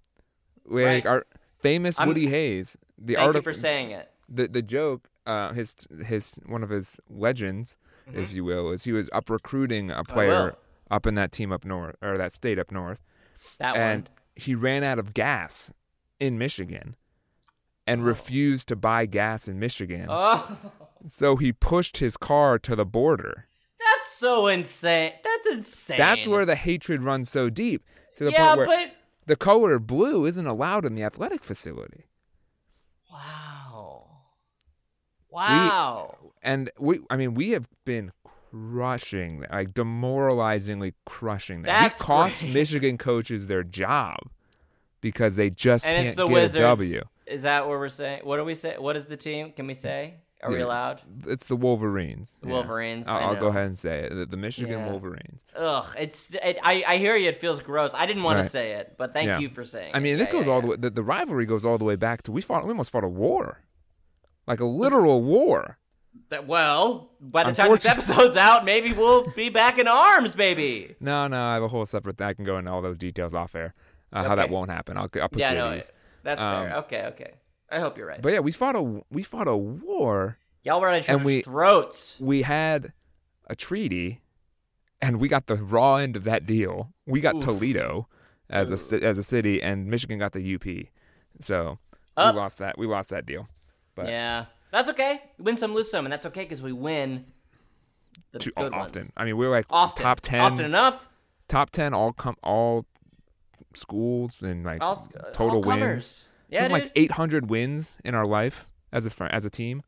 Like Right. our famous I'm- Woody Hayes, the Thank art you of for saying it. the the joke, uh, his his one of his legends, if you will, is he was up recruiting a player Mm-hmm. will. up in that team up north or that state up north, That and one. he ran out of gas in Michigan. And refused to buy gas in Michigan, Oh, so he pushed his car to the border. that's so insane. That's insane. That's where the hatred runs so deep to the yeah, point where but the color blue isn't allowed in the athletic facility. wow, wow. And we, I mean, we have been crushing, like demoralizingly crushing that. That's we cost great. Michigan coaches their job because they just and can't it's the get Wizards. a W. Is that what we're saying? What do we say? What is the team? Can we say? Are we Yeah. allowed? It's the Wolverines. The Wolverines, I I'll, I'll know. go ahead and say it. The, the Michigan Yeah. Wolverines. Ugh, it's. It, I I hear you. It feels gross. I didn't want to Right. say it, but thank Yeah. you for saying. I mean, it this goes all the way. The, the rivalry goes all the way back to we fought. We almost fought a war, like a literal war. That, well, by the time this Unfortunately- episode's out, maybe we'll be back in arms, baby. No, no, I have a whole separate. I can go into all those details off air. Uh, How that Okay. won't happen. I'll, I'll put yeah, you no, at ease. that's fair. Um, Okay, okay. I hope you're right. But yeah, we fought a we fought a war. Y'all were at each and other's we- throats. We had a treaty, and we got the raw end of that deal. We got Toledo as a ci- as a city, and Michigan got the UP. So Up. we lost that. We lost that deal. But Yeah, that's okay. Win some, lose some, and that's okay because we win. The too good often. ones. I mean, we were like often, top ten, often enough. top ten all com all schools and like All, total all wins. comers. uh, Yeah, this is dude. like 800 wins in our life as a fr- as a team.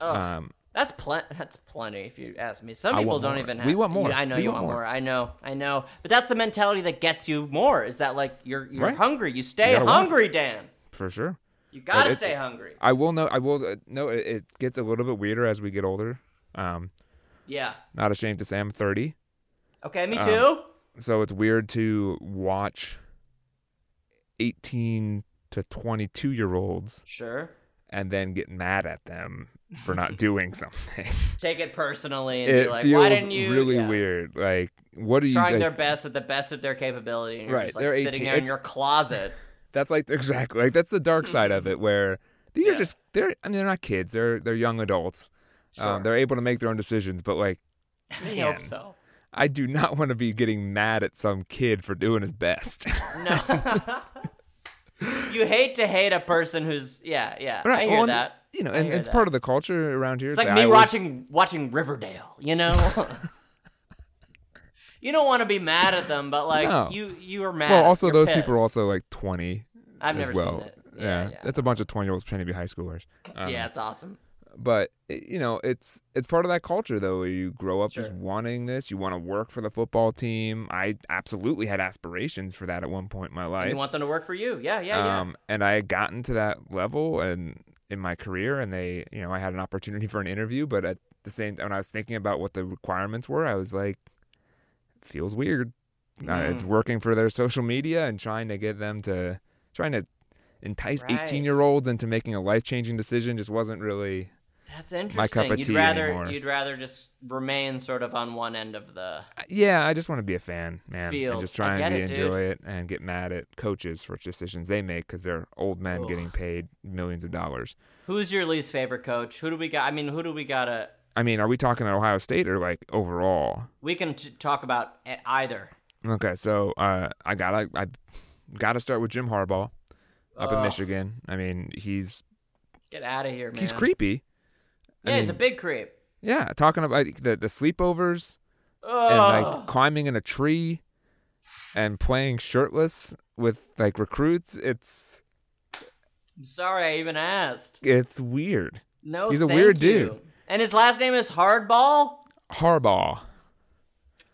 Ugh. Um, That's plenty. That's plenty, if you ask me. Some I people want don't more. even. We Have, want more. You- I know We you want want more. more. I know. I know. But that's the mentality that gets you more. Is that like you're you're Right. hungry? You stay gotta want it. hungry, Dan. for sure. You gotta it- stay hungry. I will know. I will uh, know. It, it gets a little bit weirder as we get older. Um, Yeah. not ashamed to say I'm 30, Okay, me Um, too. so it's weird to watch 18 to 22 year olds sure. and then get mad at them for not doing something. Take it personally and be it like, feels why didn't you? really yeah. weird. Like, what are you? Trying like- their best at the best of their capability, and you're Right, just like they're sitting 18. there in It's- your closet. That's like exactly like that's the dark side of it where these are Yeah. just they're I mean they're not kids they're they're young adults Sure. um, they're able to make their own decisions but like I hope man. so. I do not want to be getting mad at some kid for doing his best No. you hate to hate a person who's yeah yeah. I hear well, and, that. you know I and hear it's that. part of the culture around here It's like that me I always- watching watching Riverdale. You know. you don't want to be mad at them, but like No. you you are mad. well also You're those people are pissed. also like 20 I've as never well seen it. yeah, yeah. that's a bunch of 20 year olds pretending to be high schoolers Um, yeah, it's awesome. but it- you know it's it's part of that culture though where you grow up just Sure. wanting this you want to work for the football team i absolutely had aspirations for that at one point in my And life you want them to work for you. Yeah, yeah, yeah. um and i had gotten to that level and in my career and they you know i had an opportunity for an interview but at the same when i was thinking about what the requirements were i was like feels weird uh, it's Mm. working for their social media and trying to get them to trying to entice 18 Right. year olds into making a life changing decision just wasn't really That's interesting. cup of you'd tea rather anymore. you'd rather just remain sort of on one end of the uh, Yeah, I just want to be a fan, man, Field. and just I try get and be, it, dude. enjoy it and get mad at coaches for decisions they make because they're old men Ugh. getting paid millions of dollars. Who's your least favorite coach? Who do we got? I mean, who do we gotta? I mean, are we talking at Ohio State or like overall? We can t- talk about e- either. Okay, so uh, I gotta I gotta start with Jim Harbaugh up in Ugh. Michigan. I mean, he's Get out of here, man. he's creepy. I Yeah, he's a mean, big creep. yeah, talking about the the sleepovers Oh, and like climbing in a tree and playing shirtless with like recruits. It's I'm sorry I even asked. it's weird. No, He's a thank weird you. dude. And his last name is Hardball. Harbaugh.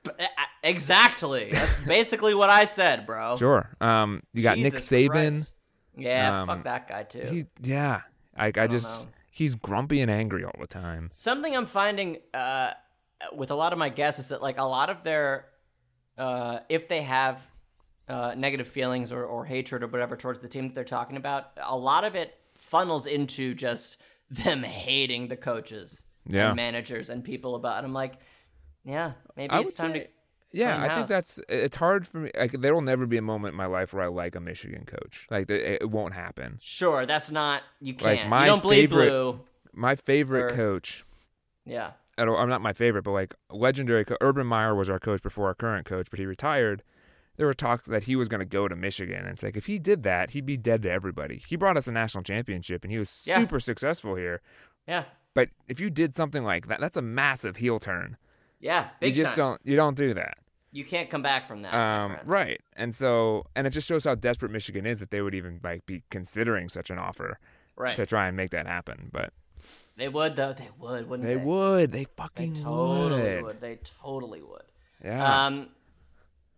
B- uh, Exactly. That's basically what I said, bro. Sure. Um, you got Jesus Nick Saban. Christ. Yeah, Um, fuck that guy too. He, yeah, like I, don't just know. he's grumpy and angry all the time. Something I'm finding uh, with a lot of my guests is that like a lot of their, uh, if they have uh, negative feelings or, or hatred or whatever towards the team that they're talking about, a lot of it funnels into just them hating the coaches, Yeah. and managers, and people about. And I'm like, yeah, maybe I it's would time say- to. Yeah, Clean I house. think that's it's hard for me. Like there will never be a moment in my life where I like a Michigan coach. Like it, it won't happen. Sure, that's not you Like, can't. my you don't bleed favorite- blue. My favorite Or- coach. Yeah, I don't, I'm not my favorite, but like legendary. Co- Urban Meyer was our coach before our current coach, but he retired. There were talks that he was going to go to Michigan, and it's like if he did that, he'd be dead to everybody. He brought us a national championship, and he was Yeah. super successful here. yeah, But if you did something like that, that's a massive heel turn. yeah. Big you just time. don't you don't do that. You can't come back from that. my Um, friend. right. And so and it just shows how desperate Michigan is that they would even like be considering such an offer right. to try and make that happen. But They would though. They would, wouldn't they they? would. They They fucking totally would. would. They totally would. Yeah. Um,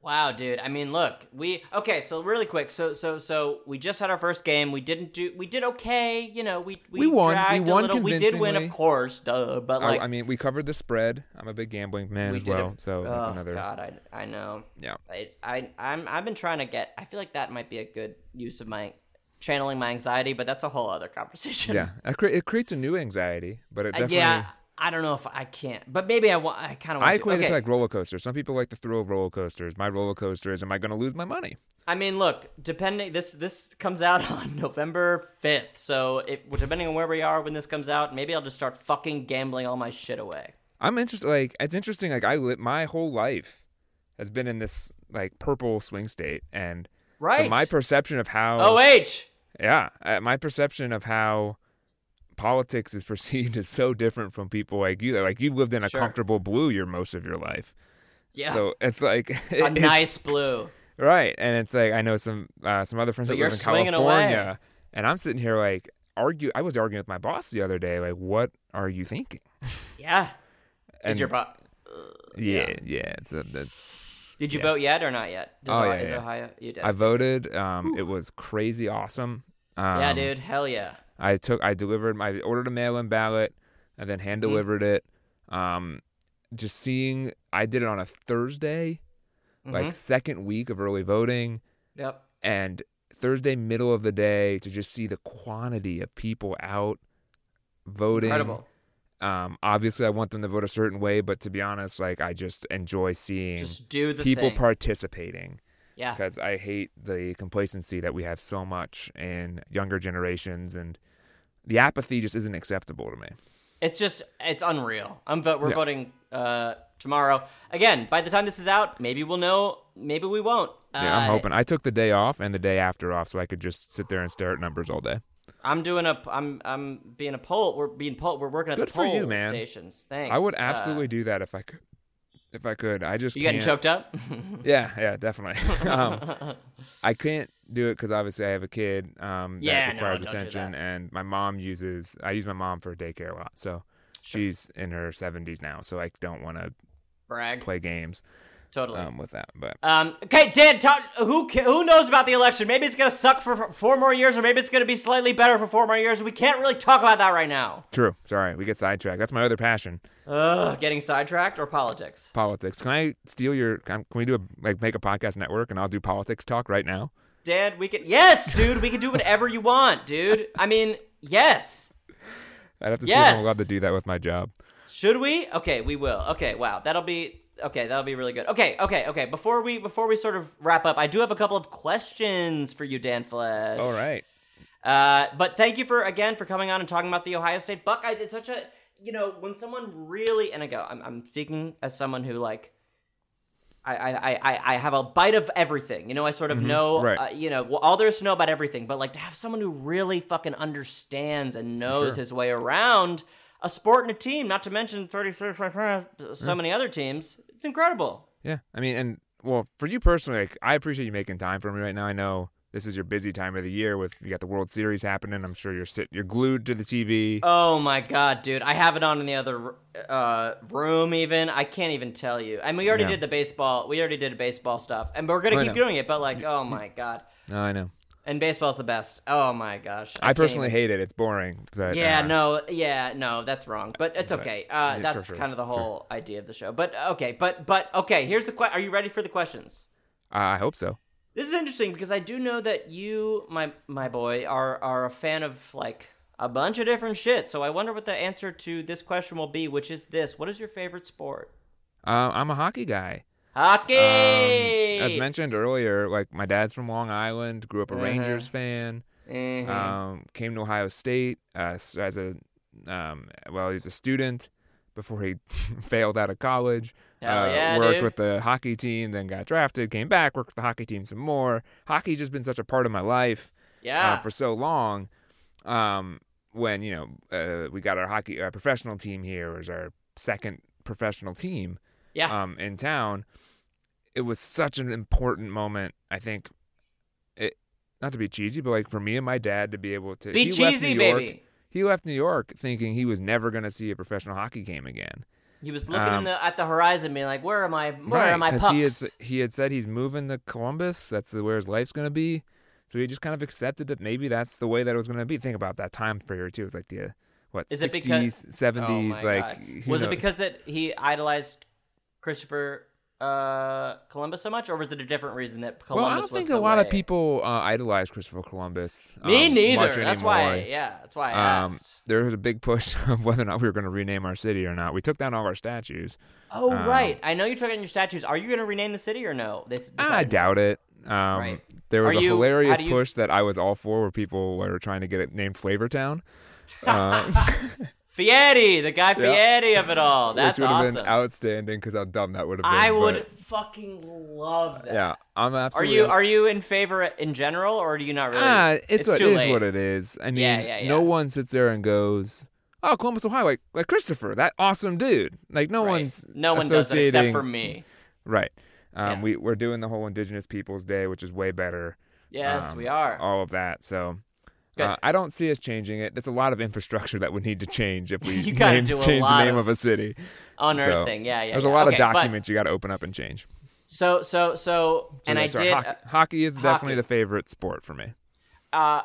wow, dude. I mean, look, we okay. So really quick. So so so we just had our first game. We didn't do. We did okay. You know, we we, We won. We dragged a won little. We did win, of convincingly. course. Duh. But I- like, I, mean, we covered the spread. I'm a big gambling man we as did a- well, so that's oh, another. God, I I know. Yeah. I I I'm I've been trying to get. I feel like that might be a good use of my channeling my anxiety, but that's a whole other conversation. Yeah, it, cre- it creates a new anxiety, but it Uh, definitely. yeah. I don't know if I can't, but maybe I want. I kind of. I to. equate it Okay. to like roller coasters. Some people like the thrill of roller coasters. My roller coaster is: Am I going to lose my money? I mean, look, depending this this comes out on November fifth, so if depending on where we are when this comes out, maybe I'll just start fucking gambling all my shit away. I'm interested. Like it's interesting. Like I live my whole life has been in this like purple swing state, and so Right. my perception of how oh H. yeah, uh, my perception of how politics is perceived is so different from people like you. Like you lived in a Sure. comfortable blue your most of your life, Yeah. so it's like a it's- nice blue. right? And it's like I know some uh, some other friends But that you're live in swinging California, and I'm sitting here like argue. I was arguing with my boss the other day, like, what are you thinking? Yeah. And Is your bo- yeah, yeah, it's a, that's. Did you vote yet or not yet? Is, Oh, Ohio, yeah, is yeah. Ohio you did. I voted. Um, it was crazy awesome. Um, yeah, dude. Hell yeah. I took I delivered my ordered a mail in ballot and then Mm-hmm. hand delivered it. Um, just seeing I did it on a Thursday, like Mhm. second week of early voting, Yep. and Thursday middle of the day to just see the quantity of people out voting. Incredible. Um, obviously I want them to vote a certain way, but to be honest, like I just enjoy seeing Just do the people thing. participating yeah. because I hate the complacency that we have so much in younger generations, and the apathy just isn't acceptable to me. It's just it's unreal. I'm vote. We're Yeah. voting uh, tomorrow again. By the time this is out, maybe we'll know. Maybe we won't. Yeah, I'm Uh, hoping. I took the day off and the day after off, so I could just sit there and stare at numbers all day. I'm doing a. I'm I'm being a poll. We're being poll. We're working at Good the for poll you, man. stations. Thanks. I would Uh, absolutely do that if I could. If I could, I just you can't. getting choked up? Yeah, yeah, definitely. um, I can't do it because obviously I have a kid um, Yeah, that no, requires don't do attention, that. and my mom uses. I use my mom for daycare a lot, so she's in her 70s now, so I don't want to Brag. play games Totally. um, with that. But Um, okay, Dan. Talk, who ca- who knows about the election? Maybe it's gonna suck for, for four more years, or maybe it's gonna be slightly better for four more years. We can't really talk about that right now. True. Sorry, we get sidetracked. That's my other passion, Ugh, getting sidetracked or politics? politics. Can I steal your? Can can we do a like make a podcast network and I'll do politics talk right now? Dan, we can. Yes, dude. We can do whatever you want, dude. I mean, yes. I'd have to see if Yes. I'm allowed to do that with my job. Should we? Okay, we will. Okay, wow. That'll be okay. That'll be really good. Okay, okay, okay. Before we before we sort of wrap up, I do have a couple of questions for you, Dan Flesh. All right. Uh, but thank you for again for coming on and talking about the Ohio State Buckeyes. It's such a you know when someone really and I go I'm I'm speaking as someone who like I I I- I, I have a bite of everything. You know I sort of know Mm-hmm. right. uh, you know well, all there is to know about everything. But like to have someone who really fucking understands and knows sure. his way around a sport and a team, not to mention 30, 30 so many other teams. It's incredible. Yeah. I mean, and well, for you personally, like, I appreciate you making time for me right now. I know this is your busy time of the year with you got the World Series happening. I'm sure you're sit you're glued to the TV. Oh my god, dude! I have it on in the other uh, room. Even I can't even tell you. I mean, we already Yeah. did the baseball. We already did the baseball stuff, and we're gonna I keep know. doing it. But like, oh my god! No, I know. And baseball's the best. Oh my gosh! I, can't personally even- hate it. It's boring. But, Yeah, uh, no, yeah, no, that's wrong. But it's But- okay. Yeah, Uh, sure, that's sure, kind of the sure. whole idea of the show. But okay, but but okay. Here's the question. Are you ready for the questions? I hope so. This is interesting because I do know that you, my my boy, are are a fan of like a bunch of different shit. So I wonder what the answer to this question will be, which is this: What is your favorite sport? Uh, I'm a hockey guy. Hockey. Um, as mentioned earlier, like my dad's from Long Island, grew up a Uh-huh. Rangers fan, Mhm. um, came to Ohio State uh, s- as a um, well, he was a student before he failed out of college. Hell uh, yeah, worked dude. with the hockey team, then got drafted, came back, worked with the hockey team some more. Hockey's just been such a part of my life yeah. uh, for so long. Um, when you know uh, we got our hockey our professional team here was our second professional team yeah. um, in town, it was such an important moment. I think it, not to be cheesy, but like for me and my dad to be able to be he left cheesy, New York- baby. He left New York thinking he was never going to see a professional hockey game again. He was looking in um, the, at the horizon, being like, "Where am I? Where right? are my he pucks?" is, he had said he's moving to Columbus. That's where his life's going to be. So he just kind of accepted that maybe that's the way that it was going to be. Think about that time period too. It was like the what Is it because- sixties, seventies, oh my like God. who was it knows? because that he idolized Christopher uh, Columbus so much, or was it a different reason that Columbus? well, I don't was think the a lot way? of people uh, idolize Christopher Columbus. Me um, neither. much That's anymore. why. Yeah, that's why I um, asked. there was a big push of whether or not we were going to rename our city or not. We took down all our statues. Oh um, right, I know you took it in your statues. Are you going to rename the city or no? They s- I decided- doubt it. Um, Right. There was Are a you- how hilarious do you- push that I was all for where people were trying to get it named Flavortown. Um, Fieri, the guy Yeah. Fieri of it all. That's which would have awesome. been outstanding because how dumb that would have been. I would but, fucking love that. Yeah, I'm Are absolutely. you are you in favor in general, or do you not really? Ah, it's, what, too it is late. what it is. I mean, Yeah, yeah, no yeah. one sits there and goes, "Oh, Columbus, Ohio, like like Christopher, that awesome dude." Like no Right. one's no one does it associating except for me. Right. Um, Yeah. we we're doing the whole Indigenous Peoples Day, which is way better. Yes, um, we are. All of that. So. Good. Uh, I don't see us changing it. There's a lot of infrastructure that would need to change if we You gotta name- do a change the lot name of- of, a city. Unearthing. yeah, yeah. There's yeah. a lot Okay, of but- documents you got to open up and change. so so so, So and I that's our did. uh, hockey, hockey is definitely hockey. the favorite sport for me. Uh,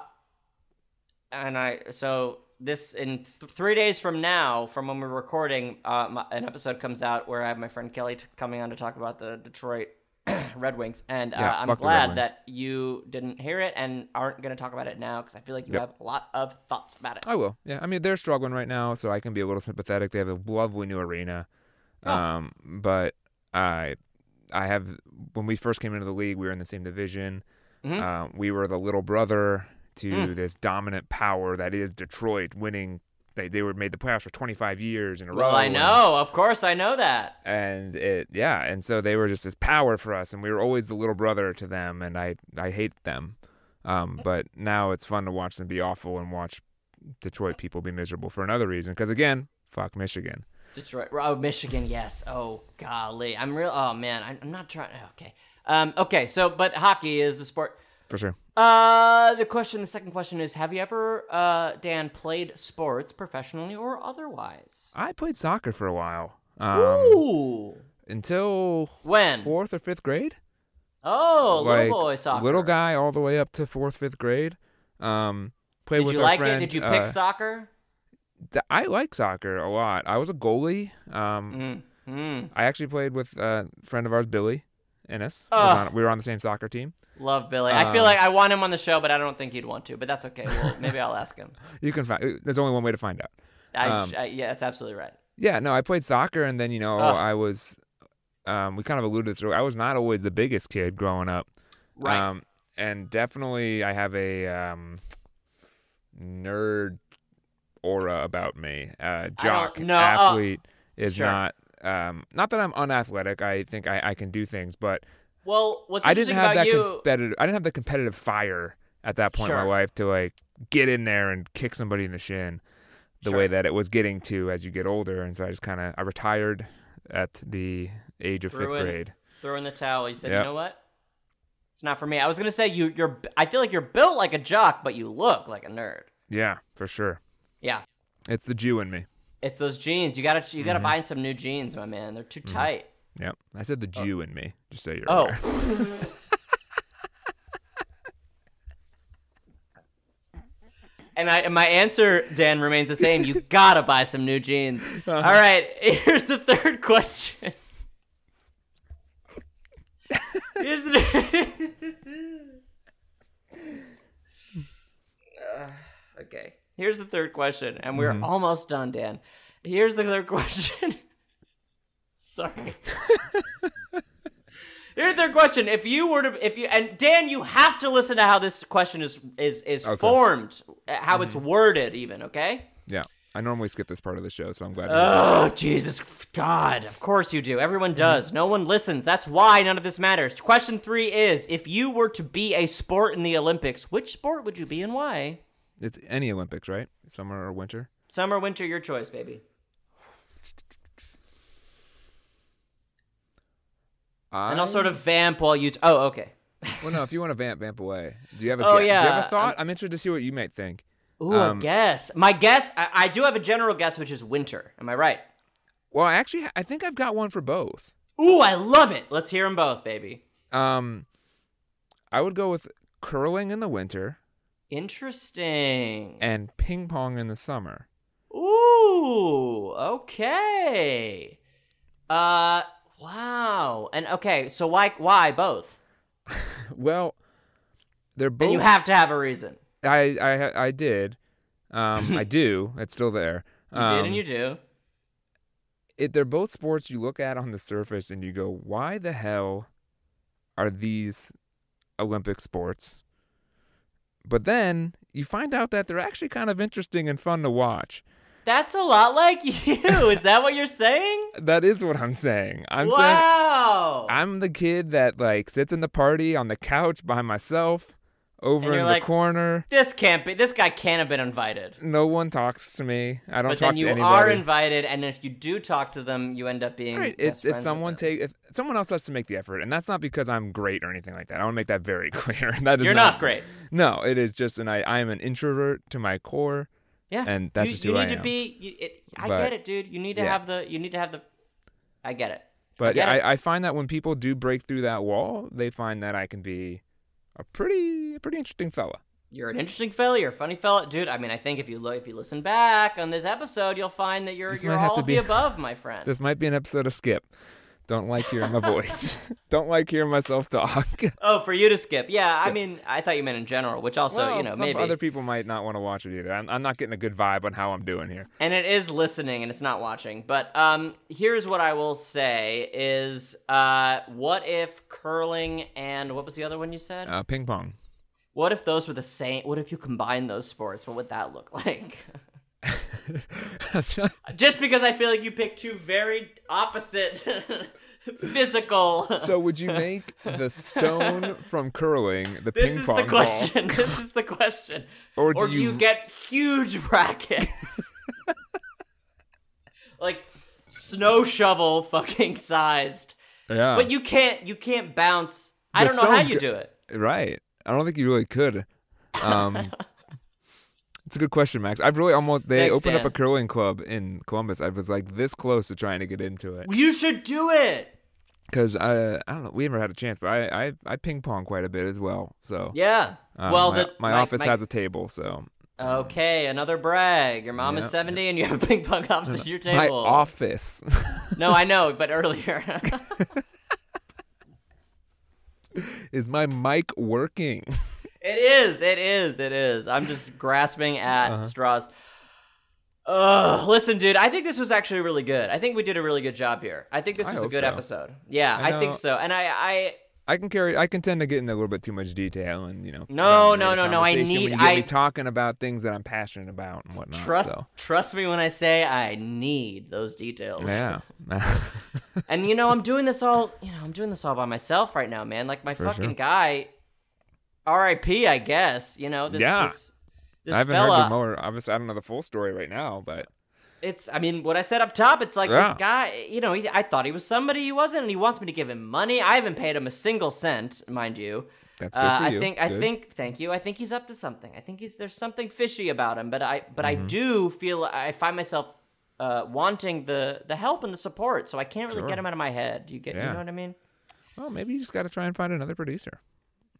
and I so this in th- three days from now, from when we're recording, uh, my, an episode comes out where I have my friend Kelly t- coming on to talk about the Detroit Red Wings, and uh, Yeah, I'm fuck the Red glad Wings. that you didn't hear it and aren't going to talk about it now because I feel like you Yep. have a lot of thoughts about it. I will. Yeah. I mean, they're struggling right now, so I can be a little sympathetic. They have a lovely new arena. Oh. Um, but I I have when we first came into the league, we were in the same division. Mhm. Uh, we were the little brother to Mm. this dominant power that is Detroit winning they they were made the playoffs for 25 years in a Well, row. I and- know, of course, I know that. and it yeah and so they were just this power for us and we were always the little brother to them and i i hate them um Mm-hmm. but now it's fun to watch them be awful and watch detroit people be miserable for another reason because again fuck michigan Detroit. Oh, Michigan. Yes. Oh, golly. I'm real. Oh man, I'm, I'm not trying. Okay. Um. Okay. So, but hockey is a sport. for sure Uh, the question, the second question is: Have you ever, uh, Dan, played sports professionally or otherwise? i played soccer for a while um, Ooh. until When? fourth or fifth grade oh, like, little boy soccer. little guy all the way up to fourth fifth grade um played Did with you our like friend, it? Did you uh, pick soccer? th- i like soccer a lot i was a goalie um Mm. Mm. I actually played with uh, a friend of ours, Billy Ennis. Was Ugh. on, we were on the same soccer team. Love Billy. I feel Um, like I want him on the show, but I don't think he'd want to. But that's okay. Well, maybe I'll ask him. You can find. There's only one way to find out. I, Um, I- yeah, that's absolutely right. Yeah, no, I played soccer, and then you know Ugh. I was. Um, we kind of alluded to this. earlier. I was not always the biggest kid growing up. Right. Um, and definitely, I have a um, nerd aura about me. Uh, jock, no, uh, athlete is sure. not. Um, not that I'm unathletic. I think I, I can do things, but well, what's I didn't interesting have about that you? competitive. I didn't have the competitive fire at that point in Sure. my life to like get in there and kick somebody in the shin, the Sure. way that it was getting to as you get older. And so I just kind of I retired at the age of Threw fifth in- grade. throw in the towel. You said, Yeah. you know what? It's not for me. I was gonna say you. You're. I feel like you're built like a jock, but you look like a nerd. Yeah, for sure. Yeah, It's the Jew in me. it's those jeans. You gotta. You gotta buy some new jeans, my man. They're too tight. Yep, I said the Jew in me. Just so you're Oh. aware. And I, and my answer, Dan, remains the same. You gotta buy some new jeans. All right, here's the third question. here's the. uh, okay, here's the third question, and we're almost done, Dan. Here's the third question. Sorry. Here's their question. If you were to, if you and Dan, you have to listen to how this question is is is formed, uh, how it's worded, even. Okay. Yeah, I normally skip this part of the show, so I'm glad. you- Oh Jesus f- God! Of course you do. Everyone does. No one listens. That's why none of this matters. Question three is: If you were to be a sport in the Olympics, which sport would you be and why? It's any Olympics, right? Summer or winter. Summer, winter, your choice, baby. I, And I'll sort of vamp while you. T- oh, okay. Well, no, if you want to vamp, vamp away. Do you have a? Oh, gue- Do you yeah, have a I'm- thought? I'm interested to see what you might think. Ooh, Um, a guess. My guess. I, I do have a general guess, which is winter. Am I right? Well, I actually, I think I've got one for both. Ooh, I love it. Let's hear them both, baby. Um, I would go with curling in the winter Interesting. and ping pong in the summer. Ooh, okay. Uh wow. And okay, so why why both? Well, they're both. And you have to have a reason. I, I, I did. Um, I do. It's still there. Um, You did and you do. it, they're both sports you look at on the surface and you go, why the hell are these Olympic sports? But then you find out that they're actually kind of interesting and fun to watch. That's a lot like you. Is that what you're saying? That is what I'm saying. I'm saying wow. I'm the kid that like sits in the party on the couch by myself over And in you're the like- corner. this can't be this guy can't have been invited. No one talks to me. I don't But talk then you to are anybody. invited and if you do talk to them, you end up being Right. best It's, if friends with someone them. take if someone else has to make the effort, and that's not because I'm great or anything like that. I want to make that very clear. that is You're not great. No, it is just an I. I am an introvert to my core. Yeah, And that's you, just you who need I to am. be. You, it, I But- get it, dude. You need to yeah. have the. You need to have the. I get it. But get I, it. I, find that when people do break through that wall, they find that I can be a pretty a pretty interesting fella. You're an interesting fella. You're a funny fella, dude. I mean, I think if you look, if you listen back on this episode, you'll find that you're This you're might have all to of the be- above, my friend. This might be an episode of Skip. Don't like hearing my voice. Don't like hearing myself talk. Oh, for you to skip. Yeah, I mean, I thought you meant in general, which also, Well, you know, some maybe. other people might not want to watch it either. I'm, I'm not getting a good vibe on how I'm doing here. and it is listening and it's not watching. But um, here's what I will say is uh, what if curling and what was the other one you said? Uh, ping pong. what if those were the same? What if you combine those sports? What would that look like? Just because I feel like you picked two very opposite physical. so would you make the stone from curling the this ping is pong the question. this is the question. ball, or or do do you, get huge brackets? like snow shovel fucking sized. Yeah, But you can't you can't bounce. I The don't know how stone's you go- do it. right. I don't think you really could. Um, it's a good question, Max. I've really almost they Thanks, opened up Dan. a curling club in Columbus. I was like this close to trying to get into it You should do it. because I I don't know we never had a chance, but I I, I ping pong quite a bit as well. So Yeah. um, well, my, the, my office has a table, so Okay, another brag. Your mom is Yeah. 70 and you have a ping pong opposite your my table. office. no, I know, but earlier. Is my mic working? It is. It is. It is. I'm just grasping at Uh-huh. straws. Ugh, listen, dude. I think this was actually really good. I think we did a really good job here. I think this I was a hope good so. episode. Yeah, I I, think know- so. And I, I I can carry. I can tend to get into a little bit too much detail, and you know. No, dominate no, a no, no, I conversation need- When you get I- me talking about things that I'm passionate about and whatnot. trust So. trust me when I say I need those details. Yeah. and you know, I'm doing this all. You know, I'm doing this all by myself right now, man. Like my fucking sure. guy. R.I.P. I guess. You know this. Yeah. This, this I haven't heard fella. the more. Obviously, I don't know the full story right now, but it's i mean what i said up top it's like Yeah. this guy you know he, i thought he was somebody he wasn't and he wants me to give him money i haven't paid him a single cent mind you that's good uh, for i you. think i Good. think thank you i think he's up to something i think he's there's something fishy about him but i but Mm-hmm. i do feel i find myself uh, wanting the the help and the support so i can't really get Sure. him out of my head you get you Yeah. know what i mean Well, maybe you just got to try and find another producer.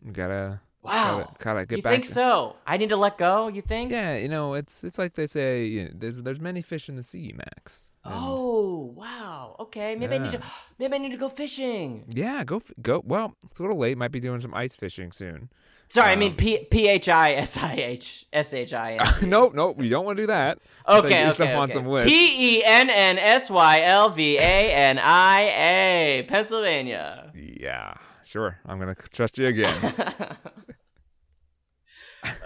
You gotta. Wow. Gotta, gotta get you back. think to- so i need to let go you think Yeah, you know, it's it's like they say. You know, there's there's many fish in the sea, Max. And- oh wow okay maybe i need to Yeah. maybe i need to go fishing Yeah, go f- go. Well, it's a little late. Might be doing some ice fishing soon. Sorry, I Um, mean P P H I S I H S H I N. nope, nope. We don't want to do that. Let's, like, Okay, get okay, yourself on okay. some wood. P E N N S Y L V A N I A, Pennsylvania. Yeah, sure. I'm gonna c- trust you again.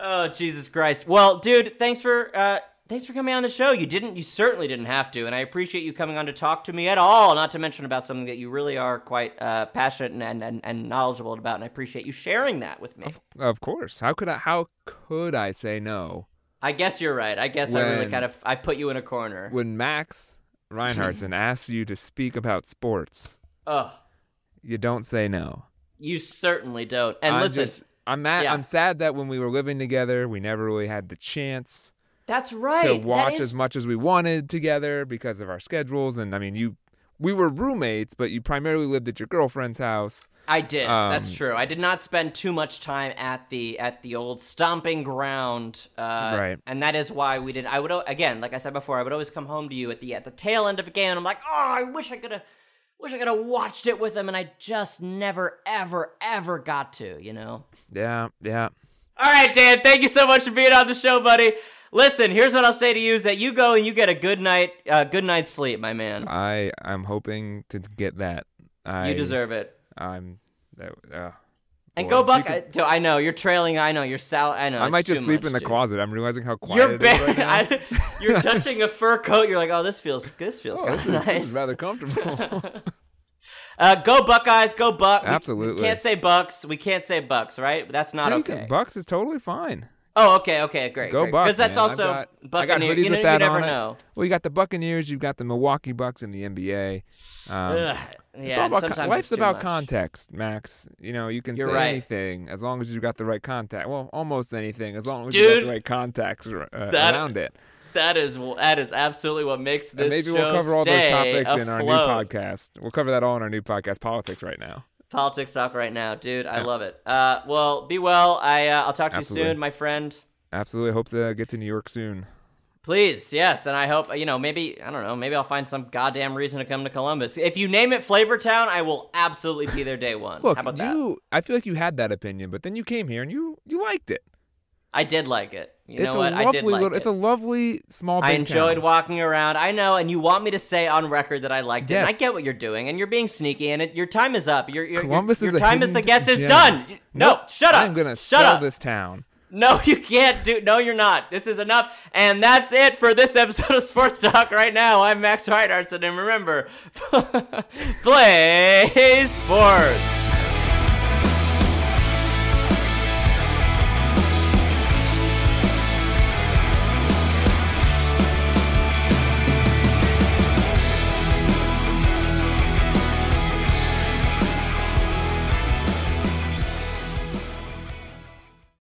Oh Jesus Christ! Well, dude, thanks for uh, thanks for coming on the show. You didn't, you certainly didn't have to, and I appreciate you coming on to talk to me at all. Not to mention about something that you really are quite uh, passionate and, and and and knowledgeable about, and I appreciate you sharing that with me. of course. How could I? How could I say no I guess you're right. I guess I really When- kind of I put you in a corner. when Max Reinhardtson asks you to speak about sports? oh, You don't say no. you certainly don't. And I'm listen. just- I'm mad. yeah. I'm sad that when we were living together, we never really had the chance That's right. to That watch is- as much as we wanted together because of our schedules. And I mean, you, we were roommates, but you primarily lived at your girlfriend's house. I did. That's um, true. I did not spend too much time at the at the old stomping ground. Uh, Right. And that is why we did. I would al- again, like I said before, I would always come home to you at the at the tail end of a game. And I'm like, oh, I wish I could have. Wish I could have watched it with him, and I just never, ever, ever got to, you know? Yeah, yeah. All right, Dan, thank you so much for being on the show, buddy. Listen, here's what I'll say to you is that you go and you get a good night, uh, good night's sleep, my man. I, I'm hoping to get that. I, you deserve it. I'm. That, uh, And boy, go if you buck. could- I, dude, I know you're trailing. I know you're sal. I know. I it's might just too sleep much, in the dude. closet. I'm realizing how quiet You're it is right bare- now. I- you're touching a fur coat. You're like, oh, this feels this feels Oh, kind this, of is, nice. this is rather comfortable. uh, go Buckeyes, go Buck. We- We, Absolutely. can't say Bucks. We can't say Bucks, right? That's not You okay. can- Bucks is totally fine. oh, okay, okay, great. Go great. Bucks. Because that's man. I've also got, I got Buccaneer. hoodies you, know, with that you never on it. know. Well, you got the Buccaneers. You've got the Milwaukee Bucks in the NBA. Ugh. Um, it's Yeah, all and about con- sometimes life's it's too about much. context, Max. You know, you can You're say right. anything as long as you got the right contact. Well, almost anything as long as you got Dude, the right contacts ar- uh, that- around it. That is that is absolutely what makes this And maybe show we'll cover all those stay topics in our new afloat. podcast. We'll cover that all in our new podcast, Politics Right Now. Politics talk right now, dude. I Yeah. love it. Uh, well, be well. I uh, I'll talk to Absolutely. you soon, my friend. Absolutely. Hope to get to New York soon. Please, yes, and I hope you know. Maybe I don't know. Maybe I'll find some goddamn reason to come to Columbus. If you name it Flavor Town, I will absolutely be there day one. Look, How about that? you. I feel like you had that opinion, but then you came here and you you liked it. I did like it. You it's know a what? lovely I did like little. it. It's a lovely small. I big enjoyed town. walking around. I know, and you want me to say on record that I liked it. And I Yes. get what you're doing, and you're being sneaky, and it, your time is up. Your your, Columbus your, is your a time as the hidden guest is gem. done. You- No, Nope. shut up. I'm gonna shut sell up. this town. No, you can't do. No, you're not. This is enough. And that's it for this episode of Sports Talk. Right now, I'm Max Reinhardtson, and remember, play sports.